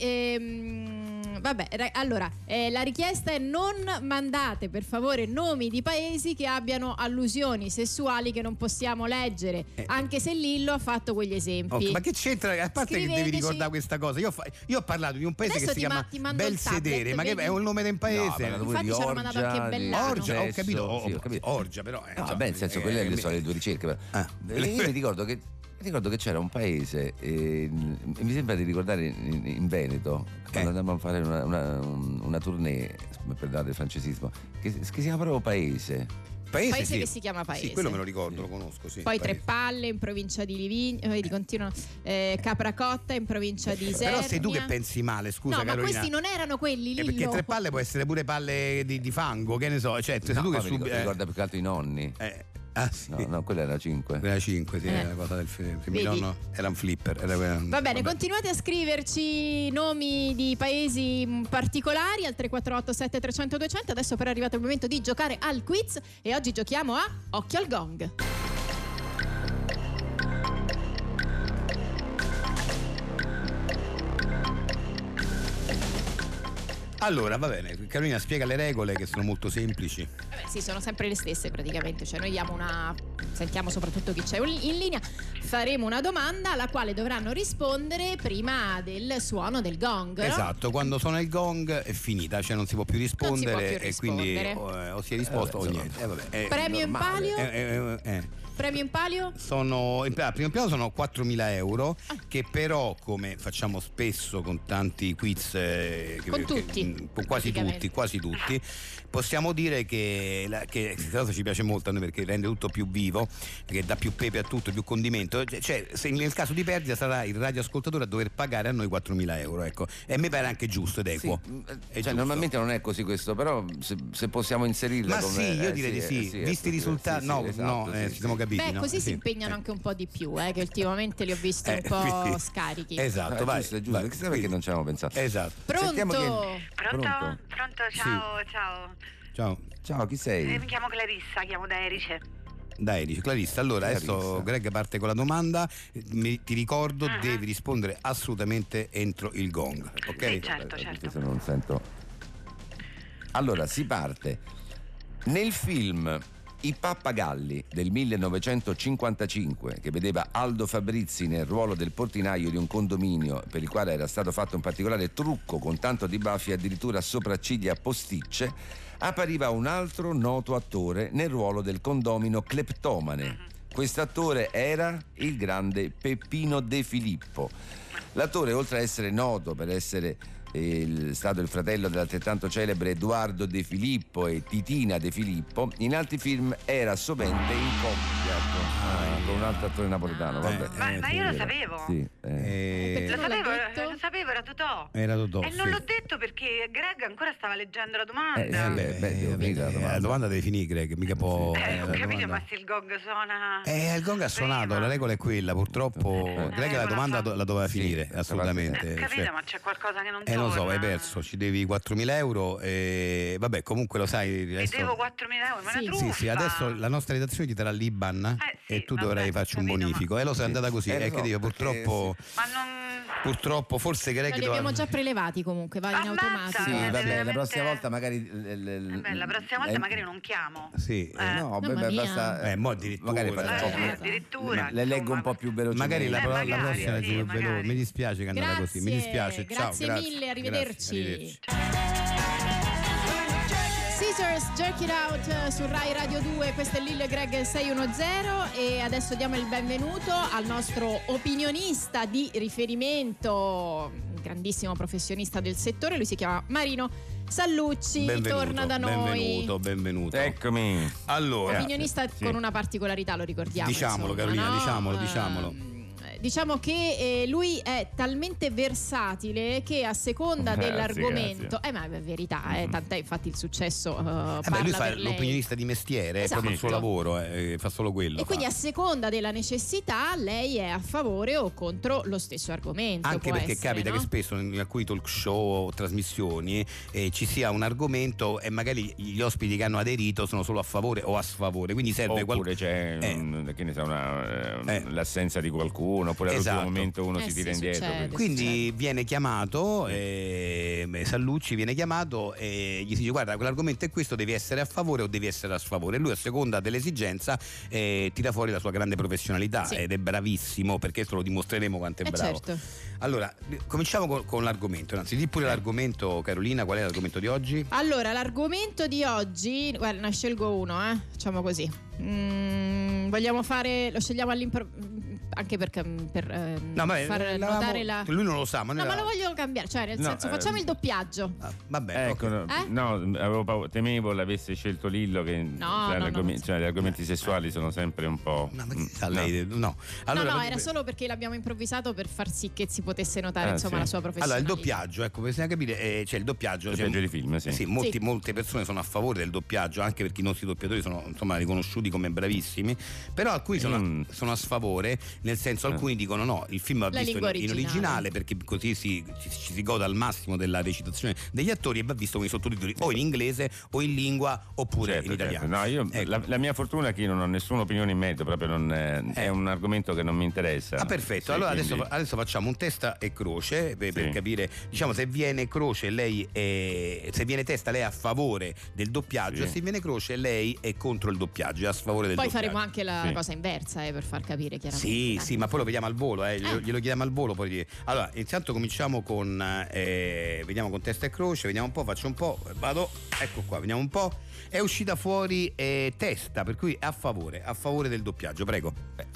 S2: ehm, Vabbè, ra- allora, eh, la richiesta è non mandate per favore nomi di paesi che abbiano allusioni sessuali che non possiamo leggere,
S3: Eh.
S2: anche se Lillo ha fatto quegli esempi.
S3: Ok, ma che c'entra? A parte che devi
S2: Scriveteci.
S3: ricordare questa cosa, io, fa- io ho parlato di un paese
S2: Adesso
S3: che si
S2: ti ma-
S3: chiama
S2: ti mando il
S3: Bel
S2: tablet,
S3: Sedere, ma che
S2: vedi?
S3: è un nome di un paese.
S4: parlano pure
S2: Infatti
S4: di
S2: ci hanno mandato anche
S4: orgia, di
S2: Bellano.
S3: Orgia, ho
S4: sesso,
S3: capito, ho-
S4: sì,
S3: ho capito, Orgia però. eh,
S4: No,
S3: insomma,
S4: beh, nel senso,
S3: eh,
S4: quelle
S3: mi-
S4: sono le due ricerche. però-
S3: Ah.
S4: Eh, Io mi ricordo che, mi ricordo che c'era un paese, eh, mi sembra di ricordare in, in Veneto, quando
S3: Eh.
S4: andammo a fare una, una, un- una tournée, perdonate il francesismo, che, che si chiama proprio Paese.
S3: Paese,
S2: Paese
S3: sì.
S2: che si chiama paese.
S3: Sì, quello me lo ricordo, lo conosco, sì.
S2: Poi
S3: paese.
S2: Tre Palle in provincia di Livigno, vedi, continuano, eh, Capracotta in provincia di Isernia.
S3: Eh, Però sei tu che pensi male, scusa
S2: No, ma
S3: Carolina.
S2: questi non erano quelli
S3: Eh,
S2: lì.
S3: perché tre palle può essere pure palle di, di fango, che ne so, cioè sei
S4: No,
S3: tu
S4: poi
S3: che
S4: mi ricordo, mi
S3: subito...
S4: ricorda più che altro i nonni.
S3: ah sì,
S4: No, no, quella era 5.
S3: quella 5, sì,
S2: Eh.
S3: era la cosa del film. Mio
S2: Vedi?
S3: nonno era un flipper. Era...
S2: Va bene, continuate a scriverci nomi di paesi mh, particolari al 348 7300 200. Adesso però è arrivato il momento di giocare al quiz e oggi giochiamo a Occhio al Gong.
S3: Allora, va bene, Carolina spiega le regole che sono molto semplici.
S2: Vabbè, sì, sono sempre le stesse praticamente, cioè noi diamo una sentiamo soprattutto chi c'è in linea, faremo una domanda alla quale dovranno rispondere prima del suono del gong. no?
S3: Esatto, quando suona il gong è finita, cioè non si può più rispondere,
S2: più
S3: e quindi
S2: rispondere.
S3: o, eh, o si è risposto o
S4: vabbè,
S3: niente. Eh, vabbè, eh,
S2: Premio in
S4: normale.
S2: palio?
S3: eh, eh, eh, eh.
S2: Premio in palio?
S3: Sono, in- a primo piano sono 4.000 euro
S2: Ah.
S3: che però come facciamo spesso con tanti quiz eh, che-
S2: Con
S3: che-
S2: tutti,
S3: mh, con quasi
S2: praticamente.
S3: tutti quasi tutti possiamo dire che, la, che questa cosa ci piace molto a noi perché rende tutto più vivo perché dà più pepe a tutto più condimento cioè cioè, se nel caso di perdita sarà il radioascoltatore a dover pagare a noi 4.000 euro ecco e a me pare anche giusto ed
S4: Sì,
S3: equo
S4: mh, eh,
S3: È
S4: cioè,
S3: giusto.
S4: normalmente non è così questo, però se, se possiamo inserirla
S3: Ma
S4: come-
S3: sì, io
S4: eh,
S3: direi di
S4: eh,
S3: sì.
S4: eh,
S3: Visti i
S4: sì,
S3: risultati,
S4: sì,
S3: no,
S4: sì,
S3: no,
S4: esatto,
S3: eh,
S4: sì,
S3: ci
S4: sì.
S3: siamo capiti.
S2: Beh,
S3: no?
S2: così
S3: Sì.
S2: si impegnano
S3: Eh.
S2: anche un po' di più, eh, che ultimamente li ho visti un
S3: Eh,
S2: po'
S3: quindi-
S2: scarichi.
S4: Ah,
S3: Esatto, vai.
S4: giusto, giusto.
S3: vai,
S4: Chissà perché
S3: quindi.
S4: non ci avevamo pensato.
S3: Esatto.
S4: Sentiamo
S2: Pronto?
S4: chi-
S6: Pronto? Pronto,
S3: Sì.
S6: ciao, ciao.
S3: Ciao.
S4: Ciao, chi
S6: Eh,
S4: sei?
S6: mi chiamo Clarissa, chiamo da Erice.
S3: Dai, dice Clarissa. Allora, adesso
S4: Clarissa.
S3: Greg parte con la domanda. Eh, mi- ti ricordo,
S6: Ah.
S3: devi rispondere assolutamente entro il gong. Ok?
S6: Sì, certo,
S4: Aspetta,
S6: certo.
S4: questo non sento. Allora, si parte. Nel film I pappagalli del 1955, che vedeva Aldo Fabrizi nel ruolo del portinaio di un condominio per il quale era stato fatto un particolare trucco con tanto di baffi e addirittura sopracciglia posticce, appariva un altro noto attore nel ruolo del condomino cleptomane. Quest'attore era il grande Peppino De Filippo. L'attore, oltre a essere noto per essere eh, il- stato il fratello dell'altrettanto celebre Edoardo De Filippo e Titina De Filippo, in altri film era sovente in coppia con, ah, con un altro attore napoletano.
S2: Ah.
S4: Vabbè.
S6: Eh, Ma- ma io lo sapevo.
S4: Sì, eh.
S3: Eh,
S2: Perché-
S6: Lo
S2: Non l'ha
S6: sapevo,
S2: detto?
S6: lo sapevo, era Totò.
S3: Era Totò,
S6: E Eh, non
S3: sì.
S6: l'ho detto perché Greg ancora stava leggendo la domanda.
S7: Eh, sì, beh, beh, devo finire la domanda.
S3: eh, la domanda devi finire, Greg, mica può.
S6: Eh, ho
S3: la
S6: capito,
S3: domanda-
S6: ma se il gong suona.
S3: Eh, il gong ha suonato,
S6: prima.
S3: la regola è quella, purtroppo.
S7: Eh,
S3: Greg la
S6: quella
S3: domanda
S6: fa-
S3: do- la doveva
S7: Sì,
S3: finire,
S7: tra
S3: assolutamente.
S6: Eh, ho capito,
S3: cioè-
S6: ma c'è qualcosa che non
S3: eh, lo so,
S6: torna.
S3: hai perso, ci devi 4.000 euro e vabbè, comunque lo sai.
S6: Ti
S3: adesso-
S6: devo 4.000 euro, ma è
S2: Sì.
S6: una truffa.
S3: Sì, sì, adesso la nostra redazione ti darà l'Iban
S6: Eh, sì,
S3: e tu
S6: vabbè,
S3: dovrai farci un
S6: capito, ma-
S3: bonifico. E lo sei andata così,
S7: Eh,
S3: eh,
S7: lo so,
S3: che dico,
S7: perché
S3: purtroppo,
S6: Ma non.
S3: purtroppo, forse Greg
S2: Noi li
S3: dovrà-
S2: abbiamo già prelevati comunque, va in
S6: Ammazza!
S2: automatico.
S7: Sì,
S6: Ah,
S7: vabbè, la
S6: veramente-
S7: prossima volta magari. l- l- l-
S6: Eh beh,
S3: Mm,
S6: la prossima volta
S7: eh,
S6: magari non chiamo.
S3: Sì, eh,
S7: eh,
S6: Eh.
S7: No, beh,
S2: Mamma
S7: beh,
S2: mia.
S7: basta.
S3: Eh, mo addirittura.
S7: Magari fate un
S6: Eh,
S7: po'
S6: sì,
S7: come-
S6: addirittura,
S7: Le leggo un
S6: insomma.
S7: po' più veloce.
S3: Magari la,
S6: Eh,
S3: pro- la
S6: magari,
S3: prossima
S6: sì,
S3: ci velo-
S6: magari.
S3: mi dispiace che è andata così, mi
S2: Grazie,
S3: dispiace. Ciao,
S2: grazie mille, arrivederci.
S3: arrivederci.
S2: Scissors, Jerk It Out eh, su Rai Radio 2, questo è Lil Greg 610 e adesso diamo il benvenuto al nostro opinionista di riferimento, un grandissimo professionista del settore, lui si chiama Marino Sallucci,
S3: Benvenuto,
S2: torna da noi.
S3: Benvenuto, benvenuto.
S4: Ecco,
S7: Eccomi.
S3: Allora,
S2: Opinionista
S7: Sì.
S2: con una particolarità, lo ricordiamo.
S3: Eh, Diciamolo,
S2: insomma,
S3: Carolina,
S2: no?
S3: diciamolo,
S2: Ehm,
S3: diciamolo.
S2: Diciamo che eh, lui è talmente versatile che a seconda
S4: Grazie,
S2: dell'argomento, eh, ma è verità, eh, tant'è infatti il successo eh,
S3: Eh beh,
S2: parla
S3: lui fa
S2: per lei.
S3: l'opinionista di mestiere, è proprio il suo
S2: Esatto.
S3: lavoro, eh, fa solo quello.
S2: E quindi
S3: fa.
S2: a seconda della necessità lei è a favore o contro lo stesso argomento.
S3: Anche
S2: può
S3: perché
S2: essere,
S3: capita
S2: no?
S3: che spesso in alcuni talk show o trasmissioni eh, ci sia un argomento e magari gli ospiti che hanno aderito sono solo a favore o a sfavore, quindi serve
S4: Oppure
S3: qualcuno.
S4: c'è
S3: Eh.
S4: mm, che ne so, una, eh,
S3: Eh.
S4: l'assenza di qualcuno, oppure
S3: Esatto.
S4: all'ultimo momento uno
S2: Eh
S4: si
S2: sì,
S4: tira indietro.
S2: succede.
S4: quindi-
S3: Quindi viene chiamato, eh, Sallucci viene chiamato e gli si dice guarda quell'argomento è questo, devi essere a favore o devi essere a sfavore. E lui a seconda dell'esigenza eh, tira fuori la sua grande professionalità
S2: Sì.
S3: ed è bravissimo perché questo lo dimostreremo quanto è
S2: Eh,
S3: bravo.
S2: certo.
S3: Allora, eh, cominciamo con, con l'argomento. Anzi, di pure l'argomento Carolina, qual è l'argomento di oggi?
S2: Allora, l'argomento di oggi, guarda, ne scelgo uno, eh, diciamo così. Mm, vogliamo fare, lo scegliamo all'improvviso, anche perché, mm, per ehm,
S3: No, vabbè,
S2: far
S3: l'avevamo-
S2: notare la...
S3: Lui non lo sa, ma noi
S2: No, ma lo
S3: l'avevamo-
S2: voglio cambiare, cioè nel
S4: No,
S2: senso
S4: eh,
S2: facciamo il doppiaggio.
S3: Ah, vabbè,
S4: Ecco,
S3: ok.
S4: no,
S2: Eh?
S4: no, avevo paura- temevo l'avesse scelto Lillo che
S2: No,
S4: cioè,
S2: no,
S4: l'argom-
S2: no.
S4: cioè, gli argomenti sessuali sono sempre un po'...
S3: No, ma che
S4: Mm,
S3: sa lei? No. Allora,
S2: no, no,
S3: per-
S2: era solo perché l'abbiamo improvvisato per far sì che si potesse notare
S4: Ah,
S2: insomma
S4: sì.
S2: la sua
S3: Allora,
S2: professionalità.
S3: il doppiaggio, ecco, bisogna capire, eh, c'è il doppiaggio.
S4: Il
S3: cioè,
S4: doppiaggio di film, sì.
S3: eh molti-
S2: Sì.
S3: molte persone sono a favore del doppiaggio, anche perché i nostri doppiatori sono insomma riconosciuti come bravissimi, però alcuni sono,
S4: Mm.
S3: a, sono a sfavore, nel senso
S4: Eh.
S3: alcuni dicono no, il film va
S2: La
S3: visto in,
S2: lingua
S3: in originale
S2: originale.
S3: perché così si, ci, ci si goda al massimo della recitazione degli attori e va visto con i sottotitoli o in inglese o in lingua oppure
S4: certo,
S3: in
S4: certo.
S3: italiano.
S4: No, io-
S3: Ecco.
S4: la, la mia fortuna è che io non ho nessuna opinione in merito, proprio non, eh,
S3: Eh.
S4: è un argomento che non mi interessa.
S3: Ah, perfetto.
S4: Sì,
S3: allora
S4: quindi-
S3: adesso, adesso facciamo un testa e croce per, per
S4: Sì.
S3: capire, diciamo, se viene croce lei è, se viene testa lei è a favore del doppiaggio,
S4: Sì.
S3: se viene croce lei è contro il doppiaggio, è a sfavore del
S2: Poi
S3: doppiaggio.
S2: faremo anche la
S4: Sì.
S2: cosa inversa eh, per far capire chiaramente.
S3: Sì,
S2: Dai.
S3: sì, ma poi lo vediamo al volo, eh, glielo,
S2: Eh.
S3: glielo chiediamo al volo. Poi. Allora, intanto cominciamo con eh, vediamo con testa e croce, vediamo un po', faccio un po', vado, ecco qua, vediamo un po'. È uscita fuori eh, testa, per cui a favore, a favore del doppiaggio, prego.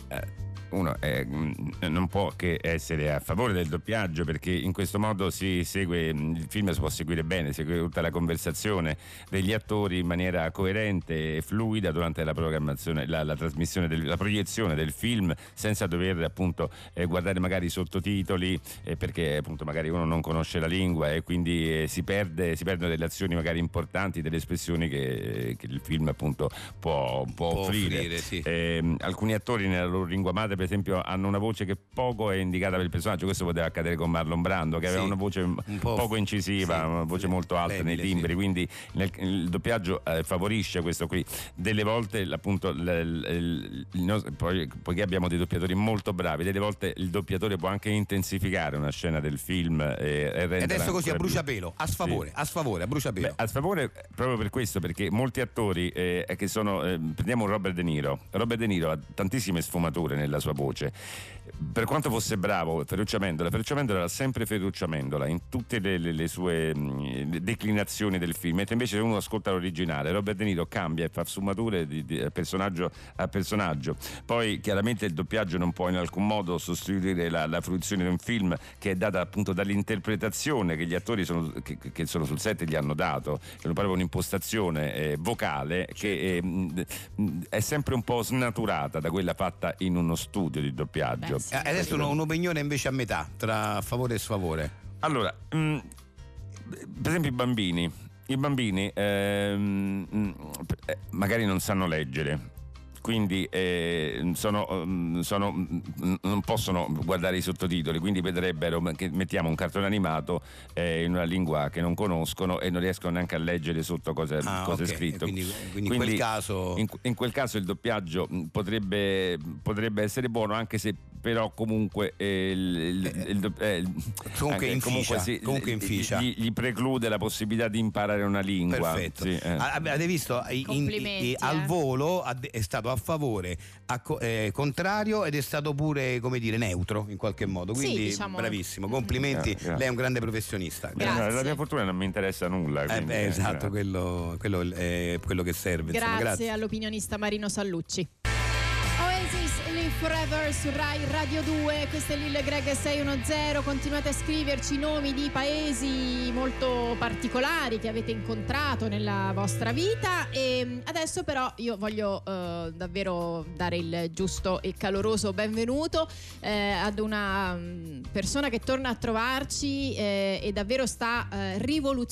S4: Eh, Uno è, mm, non può che essere a favore del doppiaggio perché in questo modo si segue, mm, il film si può seguire bene, segue tutta la conversazione degli attori in maniera coerente e fluida durante la programmazione, la, la trasmissione, del- la proiezione del film senza dover appunto eh, guardare magari i sottotitoli eh, perché appunto magari uno non conosce la lingua e quindi eh, si, perde, si perdono delle azioni magari importanti, delle espressioni che, che il film appunto può, può offrire.
S3: sì.
S4: Ehm, alcuni attori nella loro lingua madre, per esempio, hanno una voce che poco è indicata per il personaggio. Questo poteva accadere con Marlon Brando, che
S3: Sì,
S4: aveva una voce
S3: un po'
S4: poco incisiva,
S3: sì,
S4: una voce molto alta
S3: flebile,
S4: nei timbri.
S3: sì.
S4: Quindi nel- il doppiaggio eh, favorisce questo qui. Delle volte, appunto, l- l- il nos- poi- poiché abbiamo dei doppiatori molto bravi, delle volte il doppiatore può anche intensificare una scena del film. eh, E,
S3: E
S4: renderla
S3: adesso così a
S4: ancora più-
S3: bruciapelo, a sfavore,
S4: Sì.
S3: a sfavore, a bruciapelo.
S4: Beh, a sfavore eh, proprio per questo, perché molti attori eh, che sono. eh, prendiamo Robert De Niro. Robert De Niro ha tantissime sfumature nella sua voce. Per quanto fosse bravo Ferruccio Amendola, Ferruccio Amendola era sempre Ferruccio Amendola in tutte le, le- le sue mh, le declinazioni del film, mentre invece se uno ascolta l'originale, Robert De Niro cambia e fa sfumature di, di- eh, personaggio a personaggio. Poi chiaramente il doppiaggio non può in alcun modo sostituire la, la fruizione di un film che è data appunto dall'interpretazione che gli attori sono- che, che sono sul set gli hanno dato, è proprio un'impostazione eh, vocale
S2: Certo.
S4: che eh, mh, mh, è sempre un po' snaturata da quella fatta in uno studio di doppiaggio.
S2: Beh, sì.
S3: Eh, Adesso
S4: Questo-
S3: no, un'opinione invece a metà tra favore e sfavore.
S8: Allora, mh, per esempio i bambini, i bambini ehm, mh, eh, magari non sanno leggere. Quindi eh, sono, ehm, sono, mh, non possono guardare i sottotitoli, quindi vedrebbero, ma che- mettiamo un cartone animato eh, in una lingua che non conoscono e non riescono neanche a leggere sotto
S4: Eh,
S8: cosa,
S3: Ah,
S8: cosa
S3: ok.
S8: è scritto.
S3: Quindi, quindi in
S8: Quindi-
S3: quel caso
S8: In, in quel caso il doppiaggio mh, potrebbe, potrebbe essere buono, anche se però comunque eh, il, il- il do- eh, il-
S3: Comunque
S8: anche-
S3: inficia, comunque
S8: gli-
S3: inficia.
S8: Gli, gli preclude la possibilità di imparare una lingua.
S3: Perfetto.
S8: Sì, eh.
S3: Ah, Avete visto i- in-
S2: Complimenti,
S3: i- al
S2: eh.
S3: volo ha de- è stato a favore, a co- eh, contrario ed è stato pure come dire neutro in qualche modo.
S2: Sì,
S3: Quindi
S2: diciamo-
S3: bravissimo, complimenti.
S8: Eh, grazie.
S3: Lei è un grande professionista.
S8: Eh, no,
S2: grazie.
S8: la mia fortuna non mi interessa nulla.
S3: Eh,
S8: quindi,
S3: beh,
S8: eh,
S3: esatto,
S8: eh.
S3: quello, quello è quello che serve. insomma,
S2: Grazie,
S3: grazie.
S2: all'opinionista Marino Sallucci. Oasis Live Forever su Rai Radio 2, questo è Lil Greg 610, continuate a scriverci i nomi di paesi molto particolari che avete incontrato nella vostra vita e adesso però io voglio eh, davvero dare il giusto e caloroso benvenuto eh, ad una mm, persona che torna a trovarci eh, e davvero sta eh,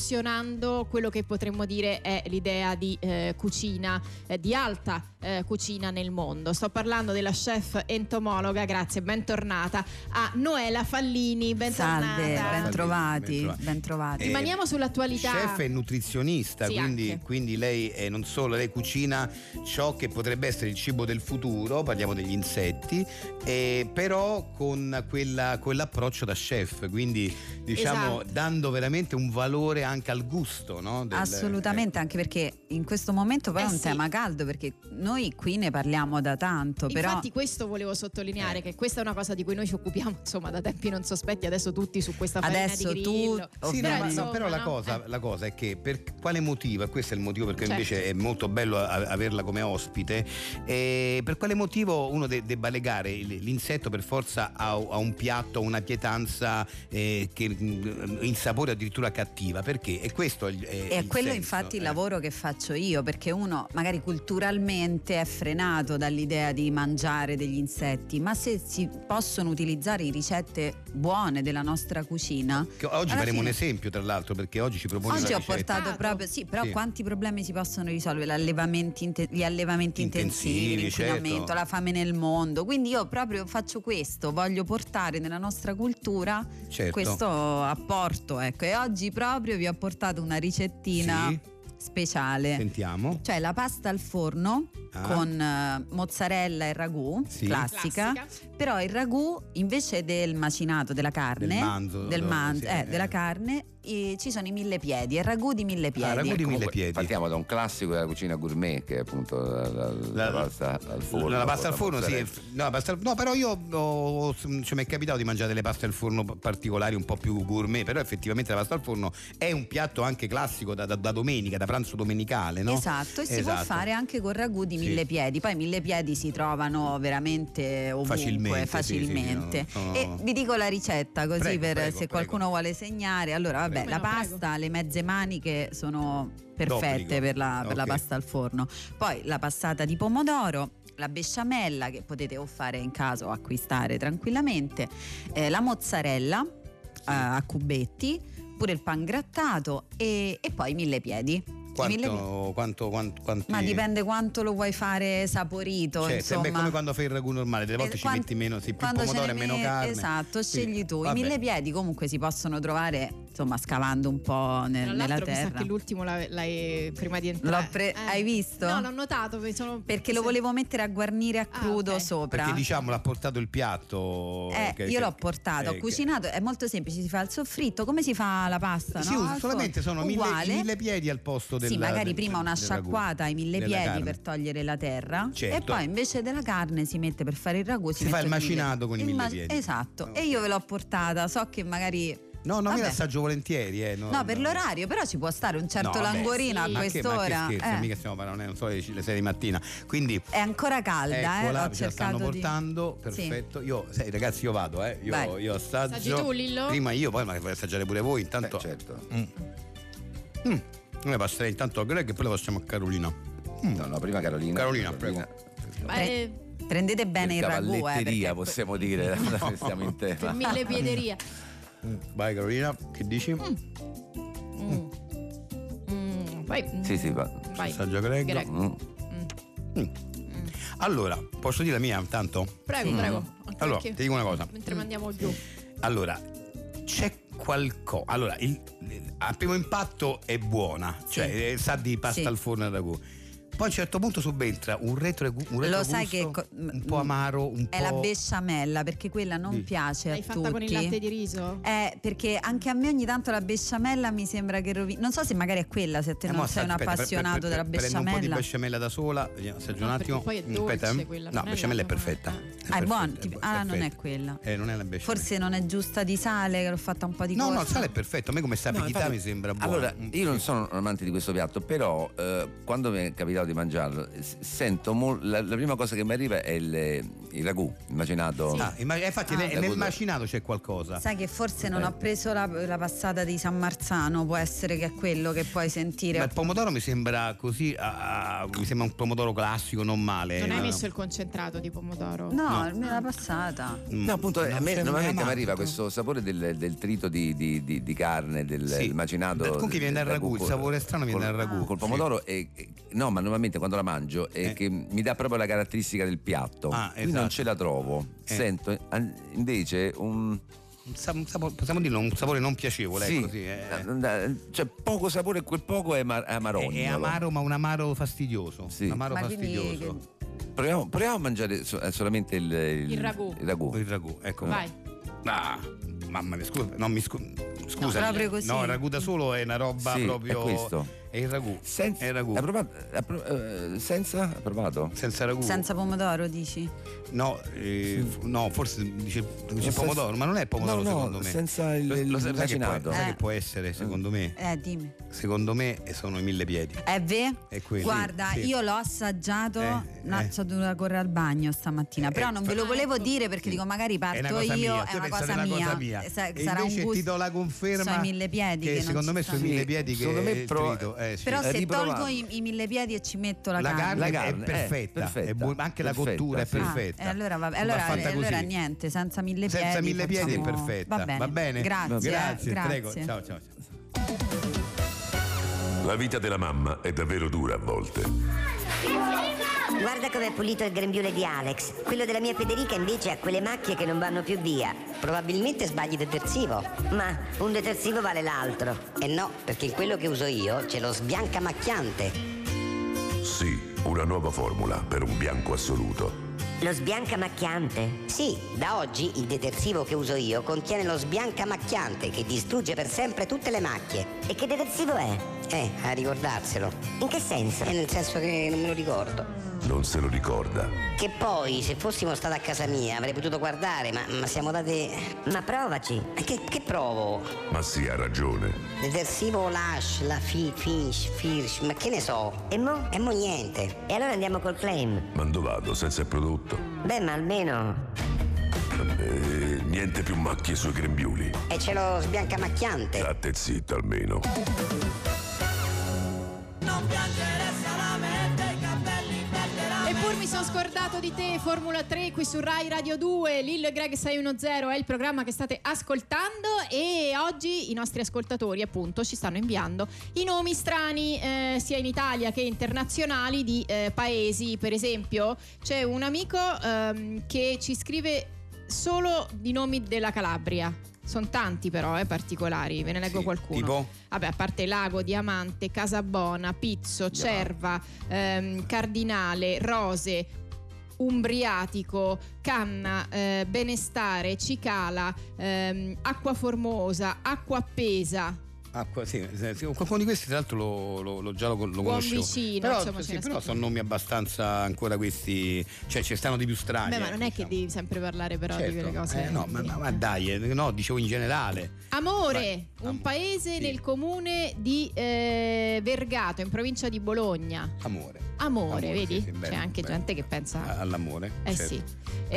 S2: rivoluzionando quello che potremmo dire è l'idea di eh, cucina, eh, di alta eh, cucina nel mondo. Sto parlando della chef entomologa, grazie, bentornata a Noela Fallini, bentornata.
S5: Salve,
S3: ben
S5: bentrovati,
S3: Bentrovati.
S5: bentrovati.
S3: Eh,
S2: Rimaniamo sull'attualità.
S3: Chef e nutrizionista,
S2: Sì,
S3: quindi,
S2: anche.
S3: quindi lei è non solo, lei cucina ciò che potrebbe essere il cibo del futuro, parliamo degli insetti, eh, però con quella- quell'approccio da chef, quindi diciamo
S2: Esatto.
S3: dando veramente un valore anche al gusto, no? Del- eh.
S5: Assolutamente, anche perché in questo momento poi
S2: Eh
S5: è un
S2: sì.
S5: tema caldo perché noi qui ne parliamo da tanto, però Eh.
S2: Infatti questo volevo sottolineare, che questa è una cosa di cui noi ci occupiamo insomma da tempi non sospetti, adesso tutti su questa farina
S5: adesso
S2: di
S5: tu...
S2: grillo.
S3: Sì, no,
S2: Però
S3: ma- no,
S2: insomma,
S3: però la,
S2: no?
S3: cosa,
S2: Eh.
S3: la cosa è che per quale motivo, e questo è il motivo perché
S2: Certo.
S3: invece è molto bello a- averla come ospite, eh, per quale motivo uno de- debba legare il- l'insetto per forza a, a un piatto, a una pietanza eh, che mm, in sapore addirittura cattiva? Perché? E questo è, il- è
S5: E è
S3: il
S5: quello
S3: senso,
S5: infatti il
S3: eh.
S5: lavoro che faccio io, perché uno magari culturalmente è frenato dall'idea di mangiare degli insetti, ma se si possono utilizzare in ricette buone della nostra cucina,
S3: Che oggi
S5: Alla
S3: faremo un
S5: fine-
S3: esempio, tra l'altro, perché oggi ci propone
S5: Oggi
S3: una
S5: ho
S3: ricetta.
S5: portato
S2: Esatto.
S5: proprio, sì, però
S3: Sì.
S5: quanti problemi si possono risolvere? L'allevamento inte- gli allevamenti intensivi,
S3: Intensivi,
S5: l'inquinamento,
S3: certo.
S5: la fame nel mondo. Quindi io proprio faccio questo, voglio portare nella nostra cultura
S3: Certo.
S5: questo apporto. Ecco. E oggi proprio vi ho portato una ricettina
S3: Sì.
S5: speciale.
S3: Sentiamo.
S5: Cioè la pasta al forno
S3: Ah.
S5: con eh, mozzarella e ragù,
S3: Sì.
S5: classica. Però il ragù invece del macinato della carne,
S3: Del manzo,
S5: del
S3: dove-
S5: man-
S3: sì,
S5: eh,
S3: eh. Ah,
S5: della carne, eh, ci sono i mille piedi, il ragù di mille piedi.
S3: ragù di mille
S4: Comunque,
S3: piedi.
S4: Partiamo da un classico della cucina gourmet che è appunto la, la- la pasta al forno.
S3: La pasta
S4: con
S3: al
S4: la
S3: forno, sì.
S4: mozzarella.
S3: è- No, la pasta al- no, però io ho- cioè, mi è capitato di mangiare delle paste al forno particolari, un po' più gourmet, però effettivamente la pasta al forno è un piatto anche classico da, da- da domenica, da pranzo domenicale, no?
S5: Esatto, e si può
S3: Esatto.
S5: fare anche con ragù di
S3: Sì.
S5: mille piedi. Poi i mille piedi si trovano veramente ovunque,
S3: Facilmente,
S5: facilmente.
S3: sì, sì, sì, no,
S5: E
S3: no.
S5: vi dico la ricetta così
S3: Prego,
S5: per
S3: prego,
S5: se
S3: prego.
S5: qualcuno vuole segnare. Allora, vabbè,
S3: Prego.
S5: la
S2: Come no,
S5: pasta, le mezze maniche sono
S3: D'obbligo.
S5: perfette per, la, per la
S3: Ok.
S5: pasta al forno. Poi la passata di pomodoro. La besciamella che potete o fare in caso o acquistare tranquillamente, eh, la mozzarella eh, a cubetti, pure il pangrattato e, e poi i mille piedi. mille piedi.
S3: Quanto, quanto, quanto, quanti-
S5: Ma dipende quanto lo vuoi fare saporito,
S3: Cioè,
S5: insomma.
S3: sembra come quando fai il ragù normale, delle volte
S5: Eh,
S3: ci
S5: quan-
S3: metti meno, sì, più
S5: quando ce
S3: pomodoro e
S5: ne
S3: meno
S5: met-
S3: carne.
S5: Esatto,
S3: Sì,
S5: scegli tu.
S3: vabbè.
S5: I mille piedi comunque si possono trovare, insomma, scavando un po' nel-
S2: Tra
S5: nella
S2: l'altro mi sa
S5: terra.
S2: che l'ultimo l'hai, l'hai- prima di entrare. Eh.
S5: L'ho pre- hai visto?
S2: No, l'ho notato. mi sono-
S5: Perché lo volevo mettere a guarnire a
S2: Ah,
S5: crudo
S2: ok.
S5: sopra.
S3: Perché diciamo l'ha portato il piatto.
S5: Eh,
S3: che-
S5: io
S3: che-
S5: l'ho portato,
S3: eh,
S5: ho
S3: che-
S5: cucinato, è molto semplice, si fa il soffritto, come si fa la pasta?
S3: Si
S5: no?
S3: usa
S5: Al
S3: solamente
S5: forno.
S3: sono mille,
S5: Uguale.
S3: i mille piedi al posto del
S5: sì, magari
S3: del-
S5: prima una
S3: del ragù,
S5: sciacquata ai mille
S3: della
S5: piedi
S3: carne.
S5: per togliere la terra e
S3: Certo.
S5: poi invece della carne si mette per fare il ragù
S3: Si fa il
S5: mettono i mille-
S3: macinato con i mille
S5: ma-
S3: piedi. Ah,
S5: esatto
S3: Ok.
S5: e io ve l'ho portata so che magari
S3: No, no, io
S5: Vabbè.
S3: la assaggio volentieri. Eh,
S5: no, per l'orario però ci può stare un certo
S3: No, vabbè,
S5: langorino
S2: sì.
S5: a
S3: Ma che- ma che
S5: quest'ora
S3: scherzo,
S5: eh.
S3: mica stiamo parlando, non so, le 6 di mattina. Quindi
S5: è ancora calda eh,
S3: eccola,
S5: ho
S3: ce la stanno
S5: cercato di-
S3: portando, perfetto. Io, sai, ragazzi, io vado, eh. Io,
S5: Vai.
S3: io
S2: Assaggi
S3: assaggio.
S2: tu, Lillo?
S3: Prima io, poi magari vorrei assaggiare pure voi,
S4: Beh,
S3: intanto.
S4: certo.
S3: Mm. Noi passerei intanto a Greg e poi la passiamo a Carolina.
S4: No, no, prima Carolina.
S3: Mm. Carolina,
S2: Ma, eh,
S5: prendete bene il ragù eh,
S4: cavalletteria,
S5: perché-
S4: possiamo dire, stiamo in
S2: per
S4: tema.
S2: mille piederia.
S3: Vai Carolina, che dici?
S9: Mm. Mm, Vai. mm,
S4: Sì, sì, va.
S9: Vai.
S3: Assaggio greco.
S9: Greco.
S4: Mm.
S3: Allora, posso dire la mia intanto?
S9: Prego, prego. Anche
S3: Allora,
S9: perché
S3: ti dico una cosa.
S9: Mentre mandiamo
S5: Mm.
S9: giù.
S3: Allora, c'è qualcosa. Allora, il, il- a primo impatto è buona, cioè eh, sa di pasta
S5: Sì.
S3: al forno e ragù. Poi a un certo punto subentra un retro, un
S5: Lo
S3: retrogusto
S5: sai che co- mm,
S3: un po' amaro, un
S5: È
S3: po'
S5: la besciamella perché quella non
S3: Sì.
S5: piace
S2: L'hai
S5: a
S2: fatta
S5: tutti.
S2: con il latte di riso?
S5: Eh, perché anche a me ogni tanto la besciamella mi sembra che rovina. Non so se magari è quella, se te
S3: Eh,
S5: non
S3: mo,
S5: sei un
S3: aspetta, pre- pre-
S5: appassionato
S3: pre-
S5: della
S3: pre- Prendo un po' di
S5: besciamella.
S3: besciamella da sola, vediamo, assaggio un
S2: No,
S3: attimo.
S2: perché poi è dolce
S3: Aspetta, eh.
S2: quella,
S3: No,
S2: non è
S3: besciamella è
S2: la-
S3: perfetta.
S2: ah.
S5: Ah, è
S3: perfetta,
S5: buona.
S3: è bu-
S5: tipo- Ah, non è
S3: perfetta.
S5: quella.
S3: Eh, non è la besciamella.
S5: Forse non è giusta di sale, che l'ho fatta un po' di
S3: No, no,
S5: corsa.
S3: il sale è perfetto, a me come
S4: No,
S3: sapidità
S4: infatti-
S3: mi sembra buono.
S4: Allora,
S3: Mm.
S4: io non sono un amante di questo piatto, però eh, quando mi è capitato di mangiarlo, eh, s- sento mol- la, la prima cosa che mi arriva è il, eh, il ragù immaginato.
S3: Ah, imma- infatti
S5: Ah.
S3: nel-
S4: La
S3: nel
S4: cosa-
S3: macinato c'è qualcosa.
S5: Sai che forse non
S4: Eh.
S5: ho preso la, la passata di San Marzano, può essere che è quello che puoi sentire.
S3: Ma il pomodoro mi sembra così, ah, ah, mi sembra un pomodoro classico, non male.
S2: non hai
S3: Ma-
S2: messo il concentrato di pomodoro?
S5: No,
S3: Eh, No.
S5: almeno la passata.
S3: Mm.
S4: No, appunto, a
S3: Non
S4: me
S3: sembra
S4: normalmente mi
S3: amato.
S4: arriva questo sapore del, del trito di, di- di- di carne, del
S3: Sì.
S4: il macinato.
S3: Dal cookie
S4: del-
S3: viene
S4: del
S3: dal ragù, il
S4: col-
S3: sapore strano viene
S4: col-
S3: dal ragù,
S4: Col
S3: sì.
S4: pomodoro, e- e- no, ma normalmente quando la mangio è
S3: Eh.
S4: che mi dà proprio la caratteristica del piatto.
S3: Ah,
S4: Qui
S3: esatto.
S4: non ce la trovo.
S3: Eh.
S4: Sento an- invece un.
S3: Un sa- un sapo- possiamo dirlo, un sapore non piacevole,
S4: sì,
S3: è così. eh. È,
S4: da- da- cioè poco sapore, quel poco è amar- amarognolo.
S3: è amaro, ma un amaro fastidioso.
S4: Sì.
S3: Un amaro
S5: Ma quindi
S3: fastidioso.
S4: Proviamo, proviamo a mangiare so- eh, solamente il,
S9: Il ragù.
S4: il ragù.
S3: Il ragù, ecco.
S2: Vai.
S3: Ah, mamma mia, scusa, no, mi scu- scusa.
S5: proprio così.
S3: No, il ragù da solo è una roba
S4: Sì,
S3: proprio.
S4: è questo.
S3: è il ragù.
S4: Senza,
S3: È il ragù.
S4: ha provato- ha pro- eh, senza? Ha provato?
S3: Senza ragù.
S5: Senza pomodoro, dici?
S3: No, eh, f- no, forse dice, dice
S4: Senza-
S3: pomodoro, ma non è pomodoro
S4: No, no,
S3: secondo me.
S4: senza il- Mm.
S3: lo, lo sai- sai che può,
S4: lacinato.
S3: sai che
S5: Eh.
S3: può essere, secondo me?
S5: Eh, dimmi.
S3: Secondo me sono i mille piedi.
S5: È Eh, ve?
S3: È quello.
S5: Guarda,
S3: Sì, sì.
S5: io l'ho assaggiato,
S3: Eh,
S5: no,
S3: eh.
S5: sono dovuta correre al bagno stamattina,
S3: Eh,
S5: però non ve lo
S2: fa-
S5: volevo dire perché dico magari
S3: È una
S5: parto
S3: cosa
S5: Certo, io,
S3: mia,
S5: è
S3: tu
S5: una
S3: pensa
S5: cosa
S3: che è
S5: mia,
S3: una cosa mia.
S5: eh, sa-
S3: E
S5: sarà un
S3: invece
S5: gusto.
S3: ti do la conferma
S5: sono i mille piedi
S3: che
S5: che non
S3: secondo
S5: ci
S3: me sono i
S5: stanno.
S3: mille piedi che
S4: Secondo me
S3: è il
S4: pro-
S3: trito, eh, sì.
S5: Però
S4: Eh,
S5: se
S4: riprovarlo.
S5: tolgo i, i mille piedi e ci metto la,
S3: la, carne,
S4: La carne,
S3: è
S4: eh,
S3: perfetta,
S4: perfetta,
S3: è buona, anche la
S4: perfetta,
S3: cottura
S4: sì.
S3: è
S5: Ah,
S3: perfetta.
S5: e allora, vabbè,
S3: Va
S5: allora,
S3: fatta
S5: e allora
S3: così.
S5: niente, senza mille piedi.
S3: Senza mille piedi è
S5: facciamo-
S3: perfetta. Va bene?
S5: Grazie,
S3: grazie,
S5: eh, grazie.
S3: prego. Ciao, ciao, ciao.
S10: La vita della mamma è davvero dura a volte.
S11: Guarda com'è pulito il grembiule di Alex. Quello della mia Federica invece ha quelle macchie che non vanno più via. Probabilmente sbagli detersivo. Ma un detersivo vale l'altro. E no, perché in quello che uso io c'è lo sbianca macchiante.
S10: Sì, una nuova formula per un bianco assoluto.
S11: Lo sbianca macchiante? Sì, da oggi il detersivo che uso io contiene lo sbianca macchiante che distrugge per sempre tutte le macchie. E che detersivo è? Eh, a ricordarselo. In che senso? Eh, nel senso che non me lo ricordo.
S10: Non se lo ricorda.
S11: Che poi, se fossimo stati a casa mia, avrei potuto guardare, ma, ma siamo date. Ma provaci! Che, che provo?
S10: Ma sì, ha ragione.
S11: Detersivo Lash, la fi, Finch, Firsch, ma che ne so? E mo? E mo niente. E allora andiamo col claim.
S10: Mando vado senza il prodotto.
S11: Beh, ma almeno.
S10: Eh, niente più macchie sui grembiuli.
S11: E ce lo sbiancamacchiante.
S10: State zitta almeno.
S2: Eppur mi sono scordato di te, Formula 3 qui su Rai Radio 2, Lillo e Greg 610 è il programma che state ascoltando e oggi i nostri ascoltatori appunto ci stanno inviando i nomi strani eh, sia in Italia che internazionali di eh, paesi, per esempio c'è un amico ehm, che ci scrive solo di nomi della Calabria. Sono tanti però, eh, particolari, ve ne leggo
S3: Sì,
S2: qualcuno.
S3: Tipo?
S2: Vabbè, a parte Lago, Diamante, Casabona, Pizzo, Cerva, ehm, Cardinale, Rose, Umbriatico, Canna, eh, Benestare, Cicala, ehm, Acqua Formosa, Acqua Appesa,
S3: Acqua, Ah, sì, sì, sì, qualcuno di questi tra l'altro lo, lo- lo- già lo, lo
S2: Buon
S3: conoscevo.
S2: vicino,
S3: però,
S2: insomma,
S3: sì,
S2: c'era
S3: però
S2: scritto.
S3: sono nomi abbastanza ancora questi, cioè ci stanno di più strani. ecco,
S2: Beh, ma non è che
S3: di
S2: devi sempre parlare però di quelle cose.
S3: diciamo. Certo. Eh, no, ma, ma- ma dai, eh, no, dicevo in generale.
S2: Amore,
S3: Vai.
S2: un
S3: Am-
S2: paese
S3: sì.
S2: nel comune di eh, Vergato, in provincia di Bologna.
S3: Amore.
S2: Amore,
S3: Amore,
S2: vedi?
S3: sì, sì, bello,
S2: C'è anche
S3: bello.
S2: gente che pensa...
S3: A- All'amore.
S2: eh
S3: certo.
S2: sì.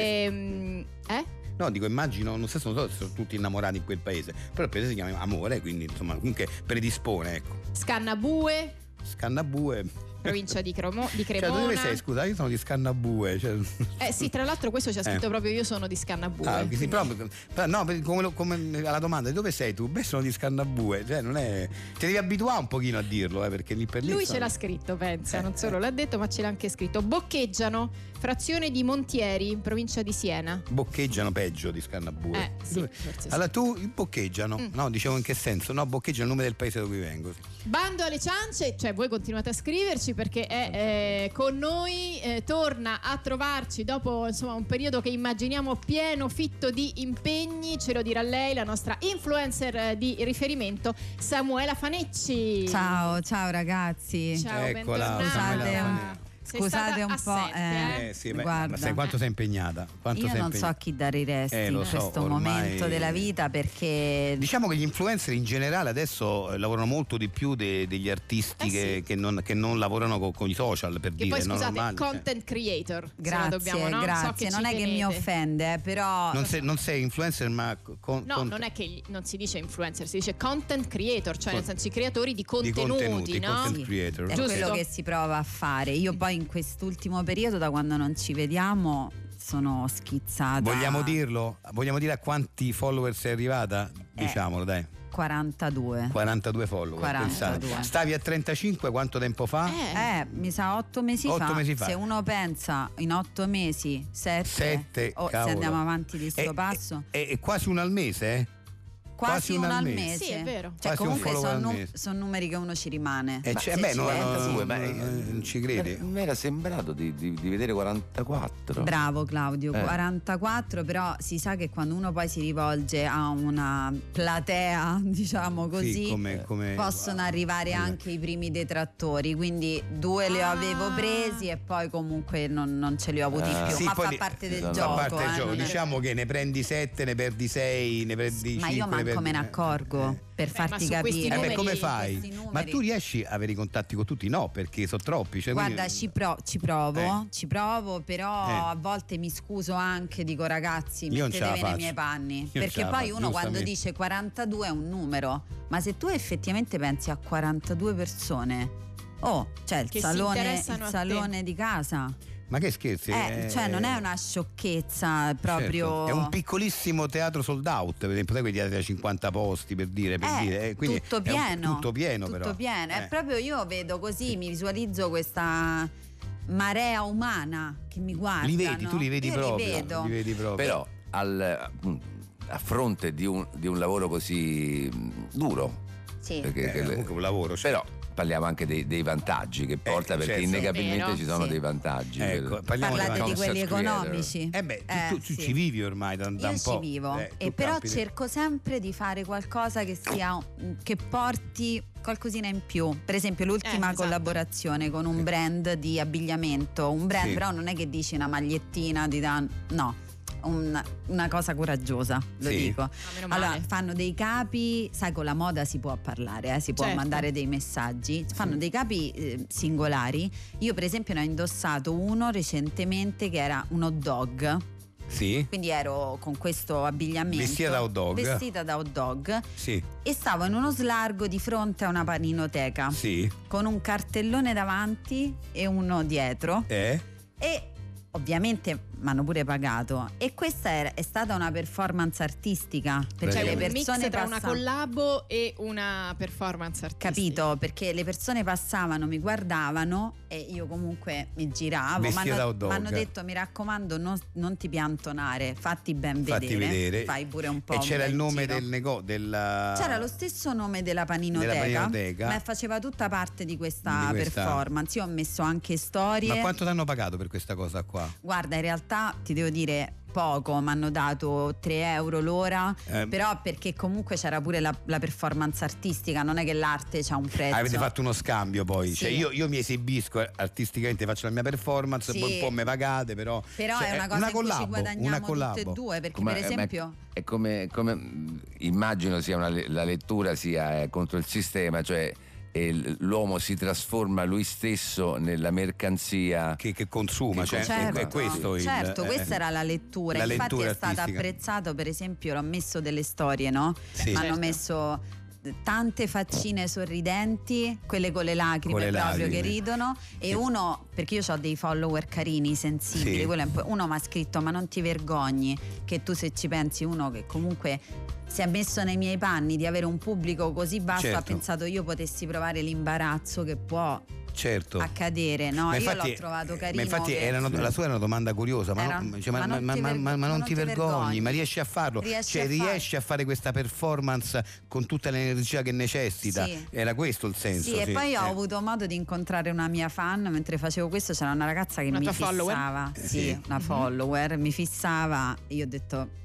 S2: Ehm, eh?
S3: No, dico, immagino, non so se sono, sono tutti innamorati in quel paese, però il paese si chiama Amore, quindi insomma, comunque predispone, ecco.
S2: Scannabue,
S3: Scannabue,
S2: provincia di, Cromo- di
S3: Cioè,
S2: Cremona.
S3: tu dove sei? Scusa, io sono di Scannabue. Cioè...
S2: Eh sì, tra l'altro questo c'è scritto
S3: Eh.
S2: proprio io sono di Scannabue.
S3: Ah, sì, però, però no, per- come, lo- come- alla domanda dove sei tu? Beh, sono di Scannabue, cioè non è. Ti devi abituare un pochino a dirlo, eh, perché lì per lì.
S2: Lui
S3: insomma.
S2: ce l'ha scritto, pensa,
S3: Eh,
S2: non solo l'ha detto, ma ce l'ha anche scritto. Boccheggiano, frazione di Montieri, in provincia di Siena.
S3: Boccheggiano peggio di Scannabue.
S2: Eh, sì,
S3: Dove-
S2: forse sì. Mm.
S3: Allora tu boccheggiano, no? Dicevo in che senso? No, boccheggia il nome del paese da cui vengo. sì.
S2: Bando alle ciance, cioè voi continuate a scriverci perché è eh, con noi, eh, torna a trovarci dopo insomma, un periodo che immaginiamo pieno, fitto di impegni, ce lo dirà lei, la nostra influencer eh, di riferimento, Samuela Fanecci.
S5: Ciao, ciao ragazzi.
S2: Ciao,
S3: Eccola,
S2: bentornata.
S3: Samuela Fanecci.
S2: Sei
S5: Scusate
S2: stata
S5: un po',
S2: assente,
S5: eh,
S3: Eh, sì, beh,
S5: guarda,
S3: ma sai quanto sei impegnata? Quanto
S5: io
S3: sei
S5: non so
S3: impegnata?
S5: a chi dare i resti
S3: Eh,
S5: in
S3: lo so,
S5: questo
S3: ormai-
S5: momento della vita perché
S3: Diciamo che gli influencer in generale adesso eh, lavorano molto di più de- degli artisti
S2: Eh sì.
S3: che, che non, che non lavorano co- con, i social, per
S2: Che
S3: dire.
S2: poi
S3: no?
S2: scusate,
S3: Normali, cioè.
S2: content creator. se la
S5: Grazie,
S2: dobbiamo, no? So
S5: grazie.
S2: che
S5: non
S2: ci
S5: è che mi
S2: tenete.
S5: offende, eh, però
S3: non, sei, non sei influencer, ma co- con,
S2: No,
S3: con-
S2: non è che gli- non si dice influencer, si dice content creator, cioè nel
S3: Con-
S2: senso i creatori di
S3: di
S2: contenuti,
S3: contenuti,
S2: no?
S3: content
S5: Sì.
S3: creator.
S5: è
S3: ok.
S5: quello
S2: Giusto.
S5: che si prova a fare. Io poi in quest'ultimo periodo, da quando non ci vediamo, sono schizzata.
S3: Vogliamo dirlo? Vogliamo dire a quanti follower sei arrivata?
S5: Eh.
S3: Diciamolo, dai.
S5: 42.
S3: 42 follower.
S5: 42.
S3: pensate. Stavi a 35 quanto tempo fa?
S2: Eh,
S5: Eh, mi sa otto mesi,
S3: Otto
S5: fa,
S3: mesi fa.
S5: Se uno pensa in otto mesi, sette,
S3: Sette,
S5: oh, se
S3: cavolo. Eh,
S5: andiamo avanti di sto
S3: È-
S5: passo,
S3: È, è quasi uno al mese, eh?
S5: quasi, uno al mese.
S2: Sì, è vero.
S5: Cioè,
S3: Quasi un
S5: comunque
S3: follower
S5: sono
S3: al
S5: nu-
S3: mese.
S5: sono numeri che uno ci rimane.
S3: Eh,
S5: Ma
S3: cioè,
S5: se
S3: beh,
S5: ci
S3: no,
S5: pensi-
S3: no,
S4: Due,
S3: no,
S4: ma-
S3: eh, non ci credi.
S4: Mi era sembrato di, di- di vedere
S3: Certo.
S4: 44.
S5: Bravo Claudio,
S4: Eh.
S5: 44, però si sa che quando uno poi si rivolge a una platea, diciamo così,
S3: Sì, come- come-
S5: possono arrivare
S3: Eh.
S5: anche i primi detrattori, quindi due li
S2: Ah.
S5: avevo presi e poi comunque non, non ce li ho avuti
S4: Ah.
S5: più,
S3: Eh, Sì,
S5: ma
S3: poi
S5: fa
S3: li- esatto.
S5: parte del
S4: fa
S3: Fa
S5: gioco.
S3: parte del
S5: eh,
S3: gioco.
S5: non è-
S3: Diciamo che ne prendi 7, ne perdi 6, ne prendi 5.
S5: ma io manco me ne accorgo, per
S2: Beh,
S5: farti
S2: ma su questi
S5: capire.
S3: Eh beh,
S2: numeri,
S3: come
S2: questi
S3: fai? Ma tu riesci a avere i contatti con tutti? No, perché sono troppi. cioè,
S5: Guarda,
S3: quindi-
S5: ci, pro- ci provo,
S3: Eh.
S5: ci provo, però
S3: Eh.
S5: a volte mi scuso anche, dico ragazzi,
S3: Io non ce la
S5: mettetevi nei
S3: faccio.
S5: miei
S3: Io
S5: panni.
S3: non ce
S5: perché
S3: la
S5: poi
S3: faccio,
S5: uno quando
S3: giustamente.
S5: dice 42 è un numero, ma se tu effettivamente pensi a 42 persone, oh, cioè il
S2: Che si
S5: salone,
S2: interessano
S5: il
S2: a te.
S5: salone di casa,
S3: Ma che scherzi?
S5: Eh,
S3: eh,
S5: cioè non è una sciocchezza proprio...
S3: Certo. È un piccolissimo teatro sold out, per esempio, sai quei teatri da 50 posti per dire, per
S5: Eh,
S3: dire. eh, quindi
S5: tutto
S3: è un-
S5: pieno.
S3: tutto pieno,
S5: tutto
S3: però.
S5: pieno. È
S3: Eh.
S5: proprio io vedo così, mi visualizzo questa marea umana che mi guarda.
S3: Li vedi, tu li vedi
S5: io
S3: proprio.
S5: Li vedo.
S3: li vedi proprio.
S4: Però al- mm, a fronte di un, di un lavoro così mh, duro,
S5: Sì.
S4: perché
S3: Eh,
S4: che le-
S3: comunque un lavoro. cioè.
S4: Certo, però parliamo anche dei, dei vantaggi che porta, perché
S3: certo.
S4: innegabilmente
S2: Vero,
S4: ci sono
S5: sì.
S4: dei vantaggi.
S3: Ecco, parliamo dei
S5: Parlate di
S3: vantaggi.
S5: quelli
S4: Concept creator.
S5: economici.
S3: Eh beh, tu, tu- tu
S5: sì.
S3: ci vivi ormai da, da
S5: Io
S3: un po'.
S5: ci vivo
S3: Eh, tu
S5: e però
S3: campi-
S5: cerco sempre di fare qualcosa che sia che porti qualcosina in più. Per esempio,
S2: Eh,
S5: l'ultima
S2: esatto.
S5: collaborazione con un brand di abbigliamento, un brand
S3: Sì.
S5: però non è che dici una magliettina ti danno no, un- una cosa coraggiosa, lo
S3: Sì.
S5: dico.
S2: Ah, meno male.
S5: Allora, fanno dei capi, sai, con la moda si può parlare, eh, si può
S2: Certo.
S5: mandare dei messaggi, fanno dei capi eh, singolari. Io per esempio ne ho indossato uno recentemente che era un hot dog.
S3: Sì,
S5: Quindi ero con questo abbigliamento.
S3: Vestita da hot dog.
S5: Vestita da hot dog
S3: sì,
S5: e stavo in uno slargo di fronte a una paninoteca
S3: sì.
S5: con un cartellone davanti e uno dietro
S3: Eh?
S5: e ovviamente mi hanno pure pagato e questa era- è stata una performance artistica perché
S2: Cioè,
S5: le
S2: un mix
S5: persone
S2: tra una
S5: passavano-
S2: collabo e una performance artistica.
S5: Capito? Perché le persone passavano, mi guardavano e io comunque mi giravo.
S3: Vestita da hot dog.
S5: m'hanno detto: mi raccomando, non, non ti piantonare, fatti ben vedere.
S3: Fatti vedere.
S5: Fai pure un po'.
S3: E
S5: un
S3: c'era
S5: bel
S3: il nome
S5: giro.
S3: del negozio. Della...
S5: C'era lo stesso nome della paninoteca,
S3: Della paninoteca.
S5: ma faceva tutta parte di questa,
S3: Di questa-
S5: performance. Io ho messo anche storie.
S3: Ma quanto ti hanno pagato per questa cosa qua?
S5: Guarda, in realtà ti devo dire poco, mi hanno dato 3 euro l'ora,
S3: Eh,
S5: però perché comunque c'era pure la, la performance artistica, non è che l'arte c'ha un prezzo.
S3: Avete fatto uno scambio poi,
S5: Sì.
S3: cioè io, io mi esibisco eh, artisticamente, faccio la mia performance,
S5: Sì.
S3: poi un po' me pagate, però...
S5: Però
S3: cioè,
S5: è una cosa in cui ci
S3: collabo, una
S5: guadagniamo
S3: collabo.
S5: tutte e due, perché
S4: Come-
S5: per
S4: eh, ma-
S5: esempio
S4: È come, come, mh, immagino sia una le- la lettura sia eh, contro il sistema, cioè eh, l- l'uomo si trasforma lui stesso nella mercanzia.
S3: Che, che consuma,
S4: Che
S3: cioè,
S4: consuma.
S3: è- è
S5: certo,
S3: questo il...
S5: certo,
S3: eh,
S5: questa era la lettura,
S3: la
S5: infatti
S3: lettura
S5: è stato
S3: artistica.
S5: apprezzato per esempio, l'ho messo delle storie, no?
S3: Sì.
S5: Mi hanno
S2: Certo.
S5: messo eh, tante faccine sorridenti, quelle con le lacrime
S3: Con le
S5: proprio
S3: lacrime.
S5: che ridono e
S3: Sì.
S5: uno, perché io ho dei follower carini, sensibili,
S3: Sì.
S5: quello è un po'- uno mi ha scritto ma non ti vergogni che tu se ci pensi uno che comunque si è messo nei miei panni di avere un pubblico così basso ha
S3: Certo.
S5: pensato io potessi provare l'imbarazzo che può
S3: certo.
S5: accadere, no?
S3: Ma
S5: io
S3: infatti- eh,
S5: l'ho trovato carino.
S3: Ma infatti
S5: che-
S3: era una- la sua era una domanda curiosa, ma,
S5: Era-
S3: non, cioè, ma-
S5: ma non
S3: ma-
S5: ti
S3: ma-
S5: ver-
S3: ma- ma non ti vergogni, ma riesci a farlo,
S5: Riesci
S3: cioè
S5: a fare-
S3: riesci a fare questa performance con tutta l'energia che necessita.
S5: Sì.
S3: Era questo il senso.
S5: Sì, e poi ho
S3: eh.
S5: avuto modo di incontrare una mia fan mentre facevo questo, c'era una ragazza che
S9: Una
S5: mi
S9: tua
S5: fissava,
S9: follower?
S5: sì,
S3: Eh, sì. Mhm.
S5: una follower, mi fissava, io ho detto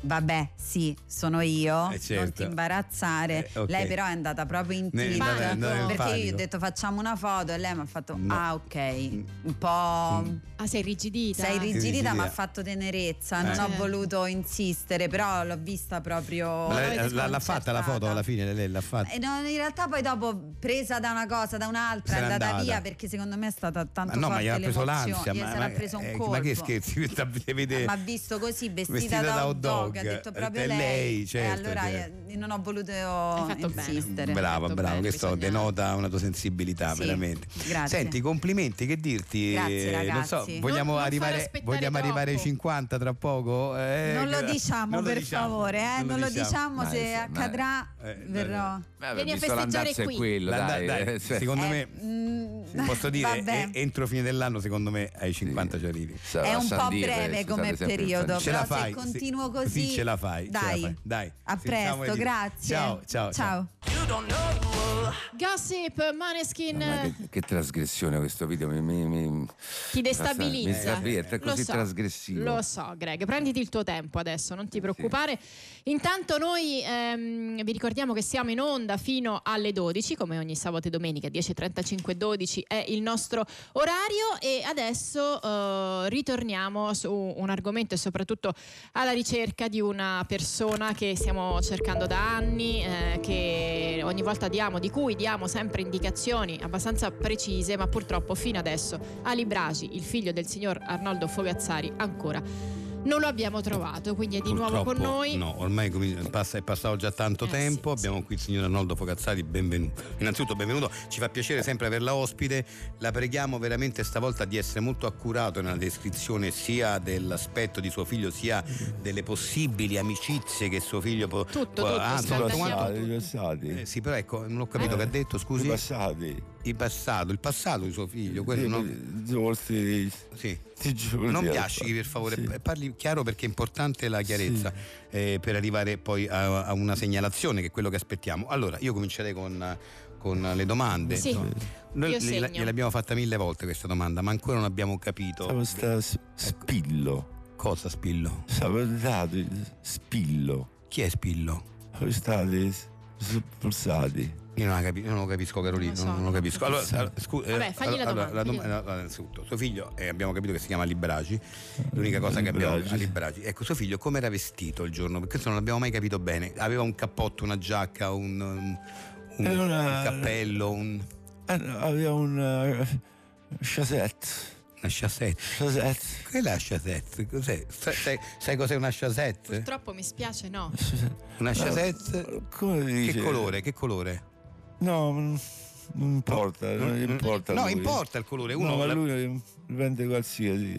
S5: Vabbè, sì, sono io,
S3: Eh,
S5: non
S3: certo.
S5: ti imbarazzare.
S3: Eh, ok.
S5: Lei però è andata proprio in
S3: Ne-
S5: tilt,
S3: andata- andata in
S5: perché io gli
S3: panico.
S5: ho detto facciamo una foto e lei mi ha fatto
S3: No.
S5: ah ok,
S3: Mm.
S5: un po'
S2: Ah, sei rigidita.
S5: sei
S3: Rigidità.
S5: rigidita ma ha fatto tenerezza,
S3: Eh.
S5: non ho
S2: Eh.
S5: voluto insistere, però l'ho vista proprio...
S3: Ma
S2: l'avete
S3: lei- l'ha, l'ha fatta la foto
S5: sconcertata.
S3: alla fine, lei l'ha fatta.
S5: Eh, no, in realtà poi dopo presa da una cosa, da un'altra,
S3: Se
S5: è
S3: n'è
S5: andata,
S3: andata.
S5: via perché secondo me è stata
S3: Ma
S5: tanto
S3: no, ma gli
S5: forte
S3: era preso
S5: l'emozione,
S3: l'ansia.
S5: gli
S3: ma,
S5: era
S3: ma-
S5: preso un
S3: eh,
S5: colpo.
S3: ma che scherzi, questa vede-
S5: Ma visto così vestita,
S3: vestita da hot dog, Eh,
S5: ha detto proprio
S3: è
S5: lei.
S3: lei,
S5: E
S3: certo,
S5: allora
S3: certo.
S5: eh, non ho voluto
S9: fatto bene.
S5: insistere.
S3: Brava,
S9: Fatto
S3: brava,
S9: bene,
S3: questo
S9: bisogna-
S3: denota una tua sensibilità
S5: Sì,
S3: veramente.
S5: grazie.
S3: Senti, complimenti, che dirti?
S5: Grazie,
S3: Eh, non so,
S5: ragazzi.
S3: vogliamo
S9: Non- non farlo
S3: arrivare,
S9: aspettare
S3: vogliamo arrivare ai
S9: troppo.
S3: 50 tra poco? Eh,
S5: Non lo
S3: gra-
S5: diciamo
S3: non lo
S5: per
S3: diciamo,
S5: favore, eh, non lo diciamo,
S4: dai,
S5: se
S4: sì, ma-
S5: accadrà
S3: Eh,
S5: verrò.
S4: Vabbè,
S9: Vieni a
S4: visto
S9: festeggiare
S4: l'andazzo è
S9: qui.
S4: quello,
S3: La-
S4: dai,
S3: dai,
S4: eh, se-
S3: secondo me
S5: Eh, mm,
S3: posso dire
S5: vabbè.
S3: eh, entro fine dell'anno secondo me ai 50 ci arrivi.
S4: sarà
S5: È un po'
S4: Sandir,
S5: breve
S4: eh,
S5: come
S4: scusate, sempre
S5: periodo,
S4: Sandir.
S3: Ce
S5: però
S3: la
S5: se
S3: fai. sì.
S5: continuo così,
S3: Sì, ce la fai. ce la
S5: dai.
S3: fai, dai.
S5: A
S3: Sentiamo
S5: presto,
S3: di-
S5: grazie.
S3: Ciao, ciao.
S5: ciao.
S2: Gossip, Maneskin,
S4: No, ma che, che trasgressione questo video mi, mi, mi-
S2: ti
S4: mi
S2: destabilizza.
S4: stabilizza, è
S2: Lo
S4: così
S2: so,
S4: trasgressivo.
S2: Lo so, Greg, prenditi il tuo tempo adesso, non ti preoccupare. Intanto noi ehm, vi ricordiamo che siamo in onda fino alle 12, come ogni sabato e domenica, 10.35 12 è il nostro orario e adesso eh, ritorniamo su un argomento e soprattutto alla ricerca di una persona che stiamo cercando da anni, eh, che ogni volta diamo, di cui diamo sempre indicazioni abbastanza precise, ma purtroppo fino adesso Ali Bragi, il figlio del signor Arnoldo Fogazzari, ancora non lo abbiamo trovato, quindi è di nuovo con
S3: Purtroppo,
S2: noi.
S3: No, ormai comin- passa- è passato già tanto
S2: Eh,
S3: tempo.
S2: sì, sì.
S3: Abbiamo qui il signor Arnoldo Focazzari, benvenuto. Innanzitutto benvenuto, ci fa piacere sempre averla ospite. La preghiamo veramente stavolta di essere molto accurato nella descrizione sia dell'aspetto di suo figlio sia delle possibili amicizie che suo figlio può
S2: Tutto, tutto,
S3: può- ah,
S2: sì,
S3: tutto
S2: lo tagliamo
S3: quanto?
S2: tutto.
S3: Eh, sì, però ecco, non ho capito
S4: Eh,
S3: che ha detto, scusi.
S4: I passati.
S3: Il passato, il passato di suo figlio, quello non-
S4: Giusti,
S3: Sì.
S4: ti giuro
S3: Non
S4: di
S3: piaci,
S4: Alfa.
S3: per favore,
S4: Sì.
S3: eh, parli chiaro perché è importante la chiarezza eh, per arrivare poi a, a una segnalazione che è quello che aspettiamo. Allora, io comincerei con, con le domande.
S2: Sì.
S3: Insomma, Noi
S2: Io
S3: le-
S2: segno.
S3: gliel'abbiamo fatta mille volte questa domanda, ma ancora non abbiamo capito
S4: Siamo sta s- spillo.
S3: cosa Spillo.
S4: Siamo andati spillo.
S3: Chi è Spillo?
S4: Siamo stati s- spulsati.
S3: Io non, la capi- io non lo capisco Carolina,
S2: Non lo so.
S3: non, non lo capisco. Allora,
S4: Sì.
S3: allora, scu- eh,
S2: Vabbè, fagli la
S3: allora,
S2: domanda,
S3: dom-
S2: fagli la
S3: allora, innanzitutto, suo figlio, eh, abbiamo capito che si chiama Libraci, l'unica cosa che abbiamo
S4: Libraci.
S3: a Libraci. Ecco, suo figlio come era vestito il giorno? Perché questo non l'abbiamo mai capito bene. Aveva un cappotto, una giacca, un, um, un-
S4: Eh, non ha-
S3: un cappello, un,
S4: Eh, no, Aveva un eh, chasette.
S3: una chassette.
S4: Chasette.
S3: Che è la chassette? Cos'è? Sai, sai- sai cos'è una chassette?
S2: Purtroppo mi spiace, no.
S3: Una chassette?
S4: Come dice?
S3: Che colore? Che colore?
S4: No, non non importa, non importa.
S3: Mm, No,
S4: lui.
S3: importa il colore. Uno
S4: No, ma
S3: la-
S4: lui prende qualsiasi.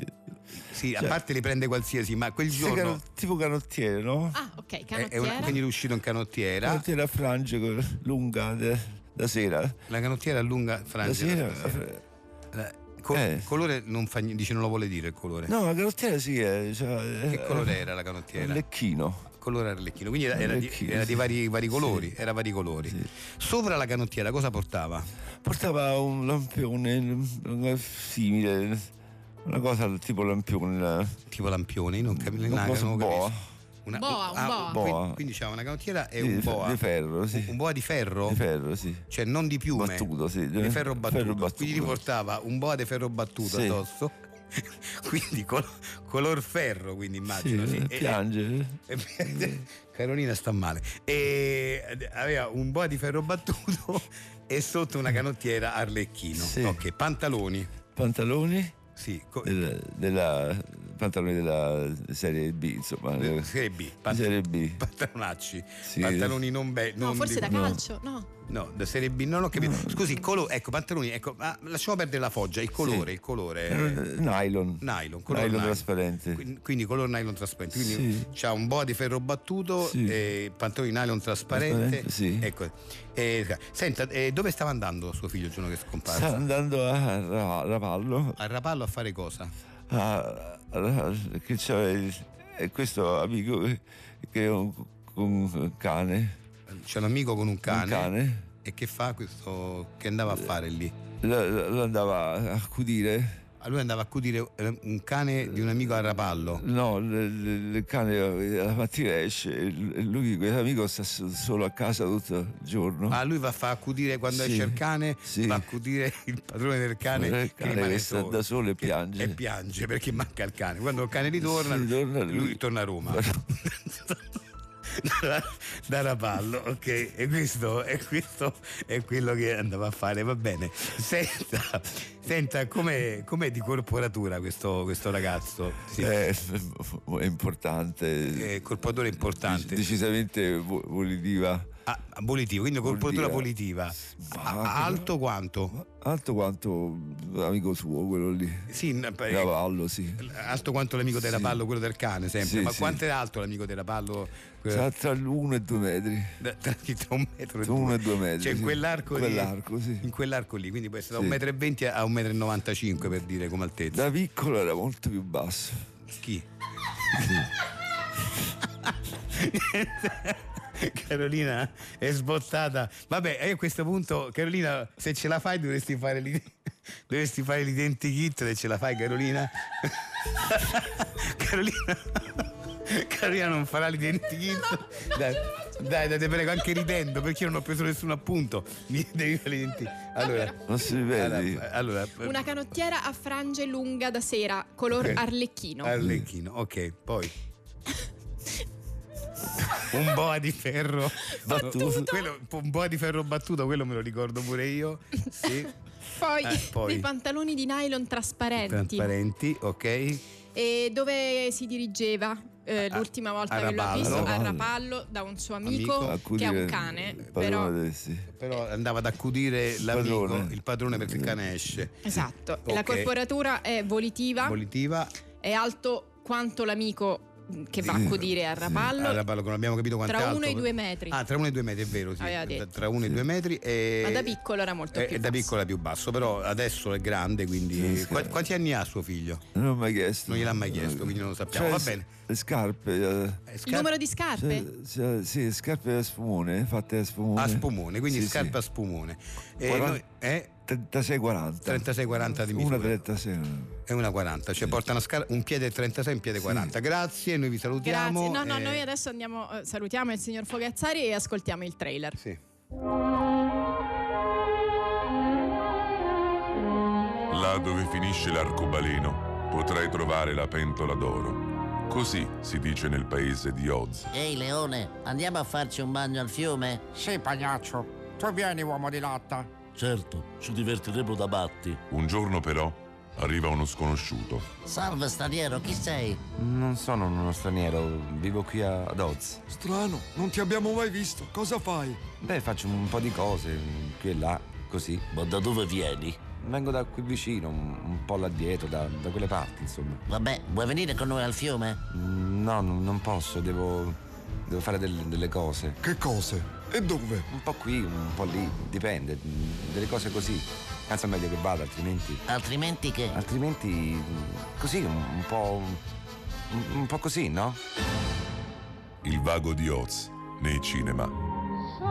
S3: sì, a
S4: cioè-
S3: parte li prende qualsiasi, ma quel
S4: Sei
S3: giorno...
S4: cano- tipo canottiere, no?
S2: Ah, ok,
S3: è- è una-
S2: canottiera.
S3: quindi è uscito in canottiera.
S4: Canottiere a frange con- lunga de- da sera.
S3: La canottiera lunga
S4: Da
S3: frangia.
S4: sera.
S3: La- co-
S4: Eh.
S3: colore non fa niente, dice non lo vuole dire il colore.
S4: No, la canottiera sì. eh, È,
S3: Che colore era la canottiera?
S4: Lecchino.
S3: colore arlecchino, quindi era, era di,
S4: Arlecchino,
S3: era di
S4: sì.
S3: vari, vari colori,
S4: Sì.
S3: era vari colori.
S4: Sì.
S3: Sopra la canottiera cosa portava?
S4: Portava un lampione un- simile, una cosa del tipo lampione. la-
S3: Tipo lampione, non capisco.
S4: Una cosa boa.
S3: Una,
S2: Boa, un boa.
S3: que-
S4: Boa.
S3: Quindi c'era una canottiera e
S4: Sì,
S3: un
S4: di fe-
S3: boa.
S4: di ferro, sì.
S3: Un- Un boa di ferro?
S4: Di ferro, sì.
S3: Cioè non di piume.
S4: Battuto, sì.
S3: Di ferro battuto.
S4: Ferro battuto.
S3: Quindi riportava un boa di ferro battuto
S4: Sì.
S3: addosso. quindi col- color ferro, quindi immagino.
S4: Sì, eh,
S3: sì. E-
S4: piange.
S3: e- Carolina sta male. E eh, aveva un boa di ferro battuto e sotto una canottiera arlecchino.
S4: Sì. Eh,
S3: Ok, pantaloni.
S4: Pantaloni
S3: Sì, co-
S4: della, della pantaloni della serie B, insomma.
S3: eh, Serie B.
S4: eh. Serie B.
S3: Pantalonacci,
S4: Sì.
S3: pantaloni non belli.
S12: No,
S3: non
S12: forse
S3: di-
S12: da calcio, no.
S3: No, da Serie B, non ho capito. Scusi, il colore, ecco, pantaloni, ecco, ah, lasciamo perdere la foggia, il colore, il colore.
S4: Eh, Nylon.
S3: Nylon, color
S4: Nylon,
S3: nylon.
S4: trasparente.
S3: Quindi, quindi color nylon trasparente. Quindi c'ha un boa di ferro battuto,
S4: Sì.
S3: eh, pantaloni nylon trasparente.
S4: Trasparente, sì.
S3: Ecco. Eh, senta, eh, dove stava andando suo figlio il giorno che è scomparso?
S4: Sta andando a Ra- Rapallo.
S3: A Rapallo a fare cosa?
S4: a- a- che c'è il- eh, questo amico che- che è un, un cane.
S3: C'è un amico con un cane.
S4: Un cane.
S3: E che fa questo? Che andava a fare lì?
S4: Lo, lo- lo andava a accudire.
S3: Ah, Lui andava a accudire eh, un cane di un amico a Rapallo.
S4: No, l- l- il cane eh, la mattina esce, e lui, quell'amico, sta so- solo a casa tutto il giorno.
S3: Ah, lui va a far accudire quando
S4: Sì,
S3: esce il cane,
S4: sì.
S3: va a accudire il padrone del cane,
S4: Il
S3: che
S4: cane
S3: rimane
S4: che sta
S3: solo.
S4: da solo e piange.
S3: E piange perché manca il cane. Quando il cane ritorna,
S4: Sì, torna
S3: lui,
S4: lui.
S3: torna a Roma. da, da Rapallo, ok. E questo, e questo è quello che andava a fare, va bene. Senta, senta com'è, com'è di corporatura questo, questo ragazzo? Sì.
S4: Eh, è importante.
S3: È corporatore importante.
S4: Decisamente vo- volitiva.
S3: Ah, volitivo, quindi corporatura
S4: dire-
S3: volitiva.
S4: Ma-
S3: A- a- alto quanto?
S4: Alto quanto l'amico suo, quello lì.
S3: Eh, Sì, Eh, n- beh,
S4: Cavallo, sì.
S3: alto quanto l'amico della pallo, quello del cane sempre.
S4: Sì,
S3: Ma
S4: sì.
S3: quanto è alto l'amico della pallo?
S4: Tra, tra l'1 e 2 metri.
S3: Da- tra, tra un metro e
S4: Tra uno e due metri,
S3: Cioè in
S4: sì.
S3: quell'arco, lì-
S4: Quell'arco, sì.
S3: in quell'arco lì, quindi può essere da
S4: Sì.
S3: 1,20 m a 1,95 m per dire come altezza.
S4: Da piccolo era molto più basso.
S3: Chi? Carolina è sbottata. Vabbè, eh, a questo punto, Carolina, se ce la fai dovresti fare l'i- dovresti fare l'identikit se ce la fai, Carolina. Carolina. Carolina non farà l'identikit. Dai, dai, dai, te prego, anche ridendo, perché io non ho preso nessun appunto. Mi devi fare l'identikit. Allora,
S4: Non si vede.
S3: allora, allora,
S2: Una canottiera a frange lunga da sera, color
S3: Eh. Ok. Eh,
S2: arlecchino.
S3: Arlecchino, ok, poi. Un boa di ferro
S4: Battuto.
S3: Quello- un boa di ferro battuto, quello me lo ricordo pure io. Sì.
S2: Poi,
S3: Eh, poi.
S2: dei pantaloni di nylon trasparenti.
S3: Trasparenti, ok.
S2: E dove si dirigeva eh,
S3: A-
S2: l'ultima volta
S3: a
S2: che l'ho
S3: Ah, Rapallo. Ah,
S2: visto? A
S4: Rapallo.
S2: Rapallo da un suo amico,
S3: Amico.
S2: Oh, che è un cane. Però...
S3: Però andava ad accudire l'amico,
S4: padrone.
S3: il padrone perché il cane esce.
S2: Esatto.
S3: Ok.
S2: La corporatura è volitiva,
S3: Volitiva,
S2: è alto quanto l'amico che va a accudire a Rapallo.
S3: allora parlo, non abbiamo capito Ah, quanto è
S2: Tra
S3: alto.
S2: uno e i due metri.
S3: Ah, tra uno e due metri, è vero, sì.
S2: Aveva detto.
S3: Tra uno e due metri. E...
S2: Ma da piccolo era molto
S3: e-
S2: più
S3: e eh, da
S2: basso.
S3: piccolo era più basso, però adesso è grande, quindi...
S4: Sì, sì.
S3: Qua- Quanti anni ha suo figlio?
S4: Non ho mai chiesto.
S3: Non gliel'ha mai chiesto, quindi non lo sappiamo.
S4: Cioè,
S3: Va bene.
S4: Le scarpe. eh,
S3: Eh,
S2: Il
S3: scar-
S2: numero di scarpe?
S4: cioè, cioè, sì, scarpe a spumone, fatte a spumone.
S3: a spumone, quindi
S4: Sì,
S3: scarpe
S4: sì.
S3: a spumone. E
S4: Quaran-
S3: noi- eh,
S4: 36-40.
S3: 36-40 di misura.
S4: Una 36.
S3: è una 40, cioè porta una scar- un piede 36 un piede 40. Grazie, noi vi salutiamo.
S2: Grazie. No, no,
S3: eh,
S2: noi adesso andiamo, eh, salutiamo il signor Fogazzari e ascoltiamo il trailer.
S3: sì.
S10: Là dove finisce l'arcobaleno potrai trovare la pentola d'oro. Così si dice nel paese di Oz.
S13: Ehi leone, andiamo a farci un bagno al fiume?
S14: Sì, pagliaccio. Tu vieni, uomo di latta.
S6: Certo, ci divertiremo da matti.
S10: Un giorno però arriva uno sconosciuto.
S13: Salve straniero, chi sei?
S14: Non sono uno straniero, vivo qui a- ad Oz.
S6: Strano, non ti abbiamo mai visto. Cosa fai?
S14: Beh, faccio un po' di cose, qui e là, così.
S6: Ma da dove vieni?
S14: Vengo da qui vicino, un, un po' là dietro, da, da quelle parti, insomma.
S13: Vabbè, vuoi venire con noi al fiume?
S14: Mm, No, non non posso, devo, devo fare del- delle cose.
S6: Che cose? E dove?
S14: Un po' qui, un po' lì, dipende, mm, delle cose così. Anzi, è meglio che vada, altrimenti...
S13: Altrimenti che?
S14: Altrimenti, mm, così, un, un po'... un- un po' così, no?
S10: Il vago di Oz nei cinema.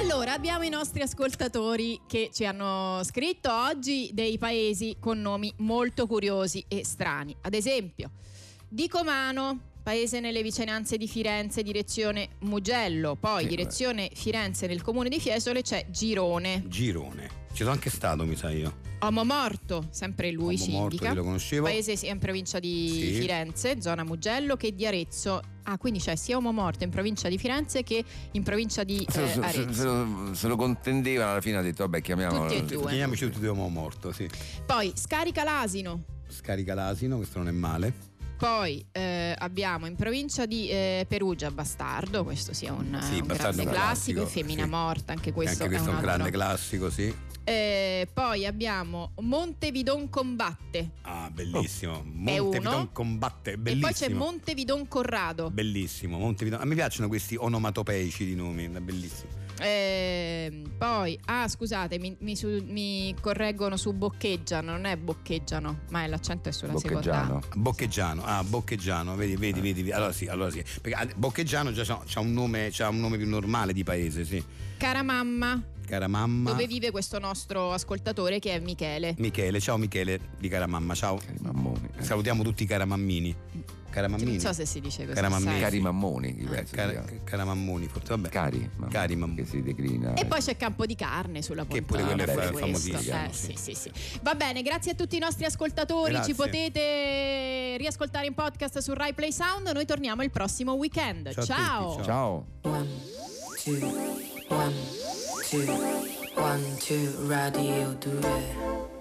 S2: Allora, abbiamo i nostri ascoltatori che ci hanno scritto oggi dei paesi con nomi molto curiosi e strani. Ad esempio, di Comano, paese nelle vicinanze di Firenze, direzione Mugello, poi
S4: Sì,
S2: direzione Firenze nel comune di Fiesole c'è Girone.
S3: Girone. Ci sono anche stato, mi sa io.
S2: Omo Morto, sempre lui
S3: Omo
S2: ci
S3: Morto,
S2: indica.
S3: io lo conoscevo.
S2: Paese sia in provincia di
S3: Sì.
S2: Firenze, zona Mugello che di Arezzo. Ah, quindi c'è sia Omo Morto in provincia di Firenze che in provincia di
S4: Se,
S2: eh,
S4: se- se-
S2: Arezzo.
S4: se lo- se lo contendevano alla fine ha detto vabbè chiamiamolo
S2: Tutti e due.
S3: Chiamiamoci tutti e due uomo morto, sì.
S2: Poi Scarica l'asino.
S3: Scarica l'asino, questo non è male.
S2: Poi eh, abbiamo in provincia di eh, Perugia Bastardo, questo sia un,
S3: Sì,
S2: Ah, un
S3: Bastardo
S2: grande
S3: è un
S2: classico,
S3: classico,
S2: Femmina
S3: sì.
S2: Morta, anche questo,
S3: anche questo è un,
S2: altro.
S3: grande classico, sì.
S2: Eh, poi abbiamo Montevidon Combatte
S3: Ah, bellissimo.
S2: uno.
S3: Montevidon combatte,
S2: e
S3: bellissimo.
S2: poi c'è Montevidon Corrado.
S3: Bellissimo, Montevidon. A me piacciono questi onomatopeici di nomi, è bellissimo.
S2: Ehm, poi, ah scusate, mi, mi su- mi correggono su boccheggiano, non è boccheggiano, ma è- l'accento è sulla seconda.
S3: Boccheggiano, ah, Boccheggiano, vedi, vedi, vedi, vedi. Allora sì, allora sì. Perché ah, Boccheggiano già c'ha, c'ha un nome, c'ha un nome più normale di paese, sì.
S2: Cara mamma,
S3: Cara mamma.
S2: dove vive questo nostro ascoltatore che è Michele?
S3: Michele, ciao Michele di cara mamma, ciao.
S4: eh.
S3: Salutiamo tutti i caramammini. Caramammini.
S2: Non so se si dice così.
S3: Caramammini.
S2: sai.
S3: mammoni, caramammoni, forse vabbè. Eh, Cari, cari mammoni. Che si declina.
S2: E poi c'è Campo di Carne sulla
S3: Che
S2: Pontone.
S3: pure quello è fa-
S2: questo,
S3: famosissimo,
S2: eh,
S3: sì.
S2: sì, sì, sì. Va bene, grazie a tutti i nostri ascoltatori.
S3: Grazie.
S2: Ci potete riascoltare in podcast su Rai Play Sound. Noi torniamo il prossimo weekend.
S1: Ciao a tutti, ciao.
S4: Ciao.
S1: One, two, one, two, one, two, radio due.